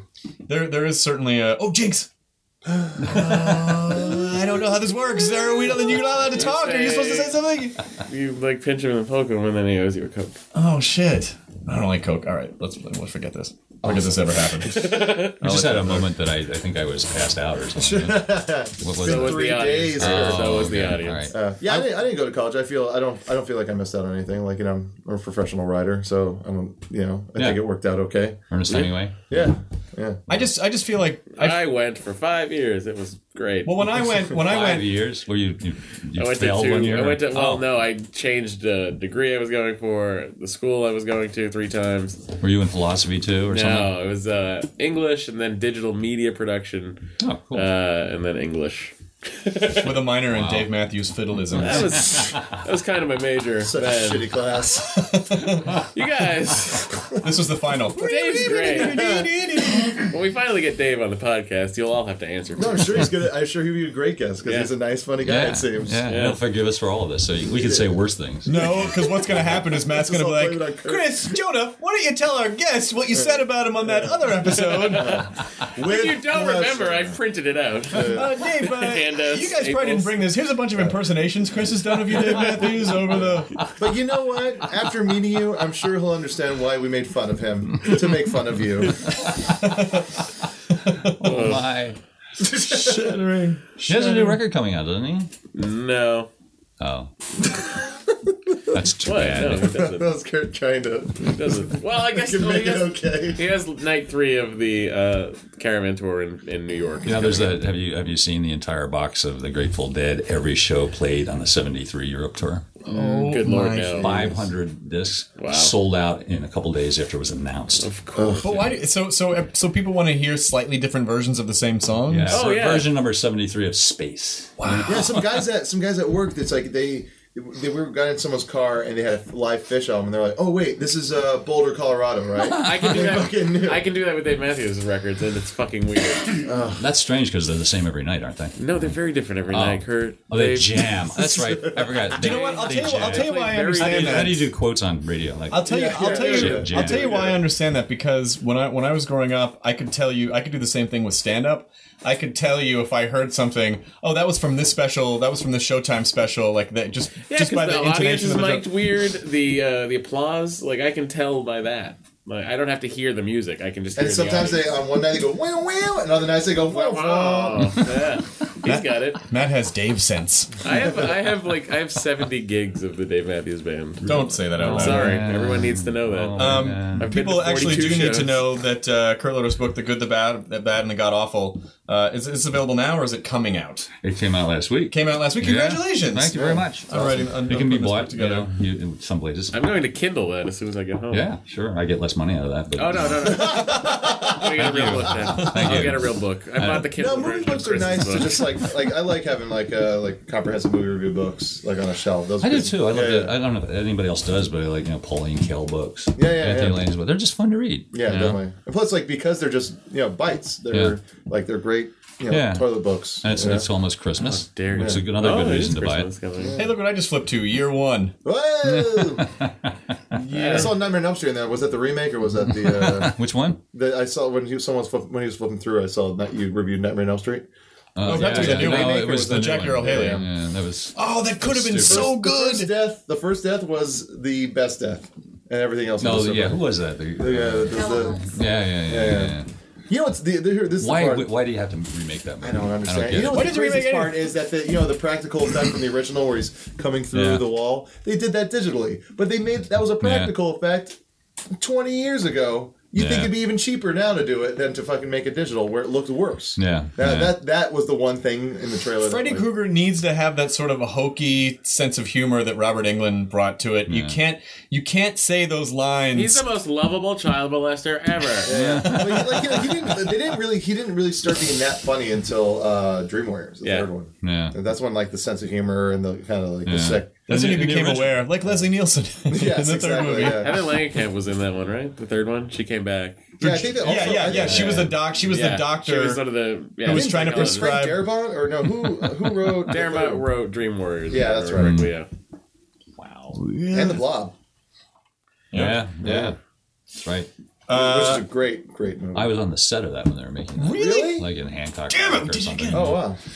Speaker 4: There, there is certainly a. Oh, Jinx. Uh, I don't know how this works. Are we? Then you're not allowed to talk. Are you supposed to say something?
Speaker 6: You like pinch him and poke him, and then he owes you a coke.
Speaker 4: Oh shit! I don't like Coke. All right, let's let's forget this. When does this ever happen?
Speaker 3: I just had a moment that I, I think I was passed out or something. what was
Speaker 5: Been
Speaker 3: it?
Speaker 5: three days.
Speaker 6: Oh,
Speaker 3: Oh,
Speaker 6: so was the
Speaker 3: okay.
Speaker 6: audience.
Speaker 3: All right.
Speaker 5: Uh, yeah, I didn't, I didn't go to college. I feel I don't I don't feel like I missed out on anything. Like you know, I'm, I'm a professional writer, so I'm you know I
Speaker 3: Yeah.
Speaker 5: think it worked out okay.
Speaker 3: Ernest Hemingway.
Speaker 5: Yeah, yeah.
Speaker 4: I just, I just feel like I.
Speaker 6: I went for five years. It was great.
Speaker 4: Well, when I went, when I
Speaker 3: Five
Speaker 4: went,
Speaker 3: years. Were you you, you
Speaker 6: I went to
Speaker 3: failed
Speaker 6: two.
Speaker 3: one year?
Speaker 6: I went to well,
Speaker 3: Oh.
Speaker 6: no, I changed the degree I was going for, the school I was going to three times.
Speaker 3: Were you in philosophy too or something?
Speaker 6: No, it was uh, English and then digital media production,
Speaker 3: Oh, cool.
Speaker 6: uh, and then English.
Speaker 4: with a minor in Dave Matthews
Speaker 6: That
Speaker 4: fiddleism.
Speaker 6: was that was kind of my major.
Speaker 5: Such a
Speaker 6: Man,
Speaker 5: shitty class.
Speaker 6: you guys,
Speaker 4: This was the final.
Speaker 6: Dave's great. when we finally get Dave on the podcast, you'll all have to answer.
Speaker 5: No, I'm sure he's good. I'm sure he'd be a great guest because
Speaker 6: Yeah.
Speaker 5: he's a nice, funny guy.
Speaker 3: yeah,
Speaker 5: It seems.
Speaker 3: yeah,
Speaker 6: Yeah.
Speaker 3: He'll forgive us for all of this. So we could say worse things.
Speaker 4: No, because what's going to happen is Matt's going
Speaker 5: Just
Speaker 4: to
Speaker 5: all
Speaker 4: be
Speaker 5: blame it on
Speaker 4: like,
Speaker 5: Kurt.
Speaker 4: Chris, Jonah, why don't you tell our guests what you said about him on that other episode?
Speaker 5: With
Speaker 6: You don't
Speaker 5: pleasure.
Speaker 6: remember? I printed it out.
Speaker 4: Uh, Dave, uh,
Speaker 6: And, uh,
Speaker 4: you guys
Speaker 6: Staples.
Speaker 4: probably didn't bring this. Here's a bunch of impersonations Chris has done of you, Dave Matthews, over the.
Speaker 5: But you know what? After meeting you, I'm sure he'll understand why we made fun of him to make fun of you.
Speaker 3: Oh my. He has a new record coming out, doesn't he?
Speaker 6: No,
Speaker 3: Oh. That's too
Speaker 6: what?
Speaker 3: bad.
Speaker 6: No, it doesn't.
Speaker 5: That was Kurt trying to
Speaker 6: It doesn't. Well, I guess
Speaker 5: to
Speaker 6: well, he
Speaker 5: make it
Speaker 6: has-
Speaker 5: okay.
Speaker 6: He has night three of the uh, caravan tour in, in New York.
Speaker 3: You know, there's that. Have you have you seen the entire box of the Grateful Dead? Every show played on the '73 Europe tour.
Speaker 4: Oh,
Speaker 6: Good lord, no.
Speaker 3: 500 discs sold out in a couple days after it was announced.
Speaker 6: Of course.
Speaker 4: But why? Do, so so so people want to hear slightly different versions of the same songs.
Speaker 3: Yeah,
Speaker 6: Oh,
Speaker 3: ver-
Speaker 6: yeah.
Speaker 3: version number 73 of Space.
Speaker 5: Yeah, some guys at some guys at work that's like they they we got in someone's car and they had a live fish album and they're like, oh wait, this is uh, Boulder, Colorado, right?
Speaker 6: I can do
Speaker 5: fucking knew.
Speaker 6: that. I can do that with Dave Matthews records, and it's fucking weird.
Speaker 3: That's strange because they're the same every night, aren't they?
Speaker 6: No, they're very different every night. Kurt,
Speaker 3: Oh, they
Speaker 6: Dave-
Speaker 3: jam. That's right. I forgot.
Speaker 4: You know what? I'll
Speaker 3: They
Speaker 4: tell you.
Speaker 3: jam.
Speaker 4: I'll tell you why
Speaker 3: How
Speaker 4: I
Speaker 6: Very
Speaker 3: do
Speaker 4: understand
Speaker 3: you- How
Speaker 4: that.
Speaker 3: do you do quotes on radio? Like,
Speaker 4: I'll tell you. I'll tell you.
Speaker 3: Yeah.
Speaker 4: I'll tell you why I understand that because when I when I was growing up, I could tell you. I could do the same thing with stand up. I could tell you if I heard something. Oh, that was from this special. That was from the Showtime special. Like that, just
Speaker 6: Yeah,
Speaker 4: just
Speaker 6: 'cause
Speaker 4: by
Speaker 6: the,
Speaker 4: the
Speaker 6: audience
Speaker 4: intonation
Speaker 6: is
Speaker 4: of the
Speaker 6: mic'd
Speaker 4: joke.
Speaker 6: weird. The uh, the applause, like I can tell by that. Like, I don't have to hear the music. I can just.
Speaker 5: And
Speaker 6: hear
Speaker 5: sometimes
Speaker 6: the
Speaker 5: they
Speaker 6: audio.
Speaker 5: on one night they go wow wow, and other nights they go wow wow.
Speaker 6: Oh, yeah. he's got it.
Speaker 4: Matt has Dave sense.
Speaker 6: I have. I have like. I have seventy gigs of the Dave Matthews Band.
Speaker 4: Don't say that out loud.
Speaker 6: Sorry, everyone needs to know that.
Speaker 3: Oh.
Speaker 4: Um,
Speaker 6: I've been
Speaker 4: people
Speaker 6: to
Speaker 4: actually do
Speaker 6: 42
Speaker 4: need to
Speaker 6: shows.
Speaker 4: know that uh, Kurt Loder's book, The Good, the Bad, the Bad, and the God Awful, uh, is, is available now or is it coming out?
Speaker 3: It came out last week.
Speaker 4: Came out last week.
Speaker 3: Yeah.
Speaker 4: Congratulations!
Speaker 3: Thank you very much.
Speaker 4: All right, I'm-
Speaker 3: It can be
Speaker 4: I'm putting this
Speaker 3: bought
Speaker 4: book together.
Speaker 3: together. You know, you, some places.
Speaker 6: I'm going to Kindle that as soon as I get home.
Speaker 3: yeah, sure. I get less money out of that. But
Speaker 6: Oh no no no! I got a real book then. I'll
Speaker 3: you. Uh,
Speaker 6: get a real book. I bought the Kindle
Speaker 5: No, movie
Speaker 6: version of
Speaker 5: books are
Speaker 6: Chris's
Speaker 5: nice to
Speaker 6: book.
Speaker 5: just like like I like having like uh like comprehensive movie review books like on a shelf. Those
Speaker 3: I
Speaker 5: are
Speaker 3: do
Speaker 5: good.
Speaker 3: too. I love
Speaker 5: yeah,
Speaker 3: it. I don't know if anybody else does, but I like you know Pauline Kael books.
Speaker 5: Yeah, yeah,
Speaker 3: Anthony
Speaker 5: yeah.
Speaker 3: Lane's, but they're just fun to read.
Speaker 5: Yeah,
Speaker 3: you know?
Speaker 5: definitely. And plus, like because they're just you know bites, they're
Speaker 3: Yeah.
Speaker 5: like they're great. You know,
Speaker 3: Yeah.
Speaker 5: toilet books.
Speaker 3: And it's,
Speaker 5: you know?
Speaker 3: it's almost Christmas,
Speaker 6: dare
Speaker 3: which is
Speaker 6: you.
Speaker 3: another
Speaker 6: Oh,
Speaker 3: good
Speaker 6: it
Speaker 3: reason
Speaker 6: is
Speaker 3: to buy it.
Speaker 6: Christmas coming.
Speaker 4: Hey, look what I just flipped to. Year one.
Speaker 5: Whoa! I saw Nightmare on Elm Street in there. Was that the remake or was that the? Uh,
Speaker 3: Which one?
Speaker 5: the I saw when he was someone's flip, when he was flipping through. I saw that you reviewed Nightmare on Elm Street.
Speaker 3: Uh,
Speaker 4: that was the Oh, new
Speaker 3: no,
Speaker 4: remake,
Speaker 3: it was
Speaker 4: or was
Speaker 3: the
Speaker 4: it
Speaker 3: new
Speaker 4: Jack
Speaker 3: one.
Speaker 4: Earl Haley?
Speaker 3: Yeah, yeah, that was.
Speaker 4: Oh, that could have been
Speaker 3: Stupid.
Speaker 4: so
Speaker 5: The first
Speaker 4: good.
Speaker 5: death. The first death was the best death, and everything else.
Speaker 3: No,
Speaker 5: was
Speaker 3: yeah. Who
Speaker 5: different.
Speaker 3: was that? The-
Speaker 5: yeah, the- the-
Speaker 3: yeah, yeah, yeah,
Speaker 5: yeah.
Speaker 3: yeah,
Speaker 5: you know what's the, the here- this is
Speaker 3: Why?
Speaker 5: the part.
Speaker 3: Why do you have to remake that movie?
Speaker 5: I don't understand.
Speaker 3: get
Speaker 5: you know
Speaker 3: it.
Speaker 5: what
Speaker 4: Why
Speaker 5: the
Speaker 4: did they remake
Speaker 5: craziest part is that the you know the practical effect from the original where he's coming through
Speaker 3: Yeah.
Speaker 5: the wall. They did that digitally, but they made that was a practical effect twenty years ago. You would think
Speaker 3: Yeah.
Speaker 5: it'd be even cheaper now to do it than to fucking make it digital where it looked worse.
Speaker 3: Yeah,
Speaker 5: That
Speaker 3: yeah.
Speaker 5: that, that was the one thing in the trailer. that,
Speaker 4: Freddy
Speaker 5: like-
Speaker 4: Krueger needs to have that sort of a hokey sense of humor that Robert Englund brought to it. You can't you can't say those lines.
Speaker 6: He's the most lovable child molester ever.
Speaker 5: Yeah. But he- like, he- like, he didn't, they didn't really he didn't really start being that funny until uh, Dream Warriors, the
Speaker 6: Yeah.
Speaker 5: third one.
Speaker 3: Yeah.
Speaker 5: And that's when like the sense of humor and the kind of like the sick.
Speaker 4: That's when
Speaker 3: In
Speaker 4: he
Speaker 3: the- in the
Speaker 4: became
Speaker 3: original-
Speaker 4: aware, like Leslie Nielsen in the
Speaker 5: Yes,
Speaker 4: third
Speaker 5: exactly.
Speaker 4: movie.
Speaker 5: Yeah.
Speaker 6: Heather Langenkamp was in that one, right? The third one. She came back.
Speaker 5: yeah, I think that also,
Speaker 4: yeah, yeah,
Speaker 5: I
Speaker 4: yeah.
Speaker 5: think-
Speaker 4: She was the doc. She was
Speaker 6: Yeah,
Speaker 4: the doctor.
Speaker 6: She was one of the. Yeah,
Speaker 4: who was
Speaker 6: she
Speaker 4: trying to
Speaker 6: called it.
Speaker 4: prescribe-
Speaker 5: Frank Darabont or no? Who who wrote
Speaker 6: Uh, Darabont wrote Dream Warriors.
Speaker 5: Yeah, that's right.
Speaker 6: Correctly, yeah.
Speaker 5: and the Blob,
Speaker 3: Yeah, yeah. That's right.
Speaker 4: uh,
Speaker 5: which is a great great movie.
Speaker 3: I was on the set of that when they were making that.
Speaker 5: really?
Speaker 3: Like in Hancock
Speaker 4: Damn it,
Speaker 3: Park or
Speaker 4: did you
Speaker 3: something.
Speaker 4: get-
Speaker 5: oh wow!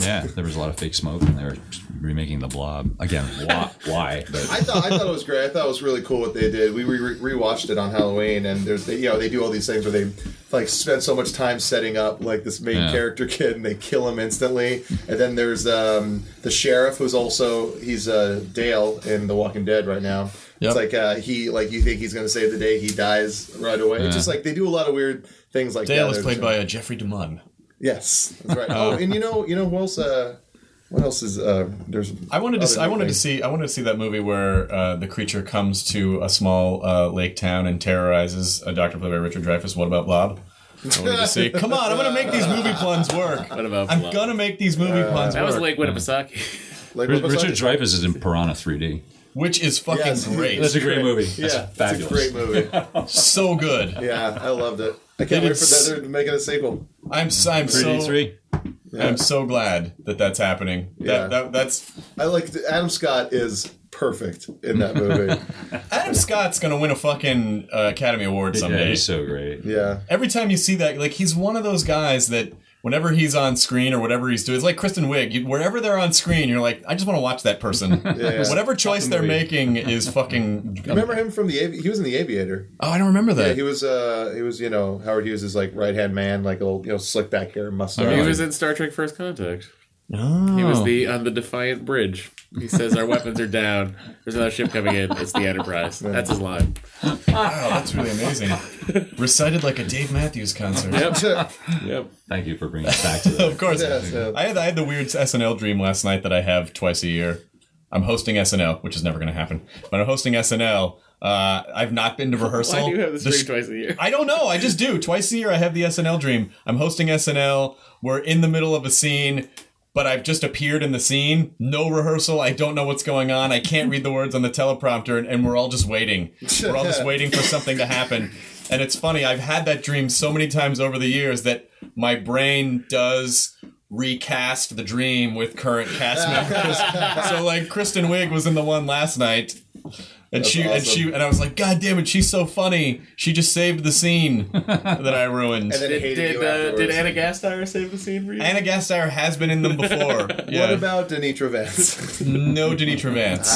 Speaker 3: Yeah, there was a lot of fake smoke, and they were remaking the Blob again. Why? why but
Speaker 5: I thought I thought it was great. I thought it was really cool what they did. We re- re- rewatched it on Halloween, and there's they, you know they do all these things where they like spend so much time setting up like this main
Speaker 3: Yeah.
Speaker 5: character kid, and they kill him instantly. And then there's um, the sheriff, who's also he's uh, Dale in The Walking Dead right now.
Speaker 4: Yep.
Speaker 5: It's like uh, he like you think he's gonna save the day, he dies right away. It's just like they do a lot of weird things like
Speaker 4: Dale
Speaker 5: that.
Speaker 4: is
Speaker 5: There's
Speaker 4: played
Speaker 5: a-
Speaker 4: by uh, Jeffrey DeMunn.
Speaker 5: Yes, that's right. oh, and you know, you know who else? Uh, what else is uh, there's?
Speaker 4: I wanted to.
Speaker 5: other
Speaker 4: I wanted to
Speaker 5: things.
Speaker 4: see. I wanted to see that movie where uh, the creature comes to a small uh, lake town and terrorizes a doctor played by Richard Dreyfuss. What about Blob? I wanted to see. Come on, I'm gonna make these movie puns work.
Speaker 6: What about
Speaker 4: I'm
Speaker 6: Blob?
Speaker 4: gonna make these movie puns
Speaker 6: That
Speaker 4: work,
Speaker 6: was Lake Winnipesaukee.
Speaker 5: Like,
Speaker 3: Richard
Speaker 5: what was
Speaker 3: Richard
Speaker 5: that?
Speaker 3: Dreyfuss is in Piranha 3D.
Speaker 4: which is fucking
Speaker 5: Yes.
Speaker 4: great.
Speaker 3: That's a great movie. That's
Speaker 5: Yeah, it's a
Speaker 3: fabulous.
Speaker 5: great movie.
Speaker 4: so good.
Speaker 5: Yeah, I loved it. I can't wait for that. They're making a sequel.
Speaker 4: I'm. s- I'm so.
Speaker 3: 3D3.
Speaker 4: I'm so glad that that's happening.
Speaker 5: Yeah.
Speaker 4: That, that that's
Speaker 5: I like Adam Scott is perfect in that movie.
Speaker 4: Adam Scott's gonna win a fucking uh, Academy Award
Speaker 3: yeah,
Speaker 4: someday.
Speaker 3: he's so great.
Speaker 5: yeah,
Speaker 4: every time you see that, like he's one of those guys that whenever he's on screen or whatever he's doing, it's like Kristen Wiig. You, wherever they're on screen, you're like, I just want to watch that person. Whatever choice they're making is fucking.
Speaker 5: remember him from the? Avi- He was in the Aviator.
Speaker 4: Oh, I don't remember that.
Speaker 5: Yeah, he was. Uh, he was. You know, Howard Hughes' like right hand man, like old, you know, slick back hair, mustache.
Speaker 6: He was in Star Trek First Contact.
Speaker 4: Oh.
Speaker 6: He was the on the Defiant Bridge. He says our weapons are down. There's another ship coming in. It's the Enterprise. That's his line.
Speaker 4: Wow, Oh, that's really amazing. Recited like a Dave Matthews concert.
Speaker 6: Yep. yep.
Speaker 3: Thank you for bringing us back to that.
Speaker 4: Of course.
Speaker 5: Yes, yes.
Speaker 4: I had I had the weird SNL dream last night that I have twice a year. I'm hosting SNL, which is never going to happen. But I'm hosting SNL. Uh, I've not been to rehearsal.
Speaker 6: Why do you have this
Speaker 4: The
Speaker 6: ring
Speaker 4: sh-
Speaker 6: twice a year?
Speaker 4: I don't know. I just do. Twice a year, I have the SNL dream. I'm hosting SNL. We're in the middle of a scene, but I've just appeared in the scene. No rehearsal. I don't know what's going on. I can't read the words on the teleprompter, and, and we're all just waiting. We're all just waiting for something to happen. And it's funny. I've had that dream so many times over the years that my brain does recast the dream with current cast members. so like Kristen Wiig was in the one last night. And she and
Speaker 5: awesome.
Speaker 4: she and I was like, God damn it, she's so funny. She just saved the scene that I ruined.
Speaker 5: And then
Speaker 6: Did,
Speaker 5: hated
Speaker 6: did,
Speaker 5: you
Speaker 6: uh, did
Speaker 5: afterwards.
Speaker 6: Anna Gasteyer save the scene for you?
Speaker 4: Anna Gasteyer has been in them before. Yeah.
Speaker 5: What about Denitra Vance?
Speaker 6: Ah.
Speaker 4: no Denitra Vance.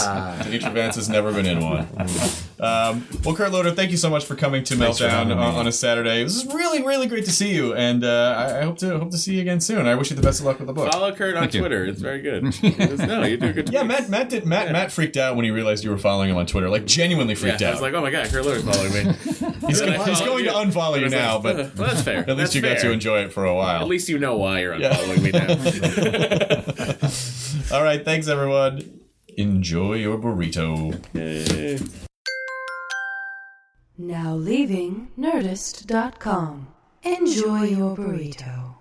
Speaker 4: Denitra Vance has never been in one. Um, well, Kurt Loder, thank you so much for coming to
Speaker 3: Thanks for
Speaker 4: Meltdown
Speaker 3: having
Speaker 4: on,
Speaker 3: me.
Speaker 4: on a Saturday. This is really, really great to see you, and uh, I, I hope to hope to see you again soon. I wish you the best of luck with the book.
Speaker 6: Follow Kurt on
Speaker 3: Thank you.
Speaker 6: Twitter. It's very good. no, you do a good.
Speaker 4: yeah,
Speaker 6: tweets.
Speaker 4: Matt. Matt did. Matt. Matt freaked out when he realized you were following him on Twitter. Like genuinely
Speaker 6: Yeah,
Speaker 4: freaked
Speaker 6: I
Speaker 4: out.
Speaker 6: was like, oh my god, Kurt Loder's following me.
Speaker 4: he's,
Speaker 6: And then
Speaker 4: go-
Speaker 6: I
Speaker 4: he's
Speaker 6: followed
Speaker 4: going
Speaker 6: you.
Speaker 4: to unfollow
Speaker 6: I
Speaker 4: you
Speaker 6: was
Speaker 4: now,
Speaker 6: like,
Speaker 4: but
Speaker 6: "Ugh, well, that's fair.
Speaker 4: at least you got to enjoy it for a while.
Speaker 6: At least you know why you're
Speaker 4: Yeah.
Speaker 6: unfollowing me now.
Speaker 4: All right, thanks everyone. Enjoy your burrito.
Speaker 2: Now leaving Nerdist.com. Enjoy your burrito.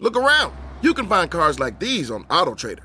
Speaker 7: Look around. You can find cars like these on AutoTrader.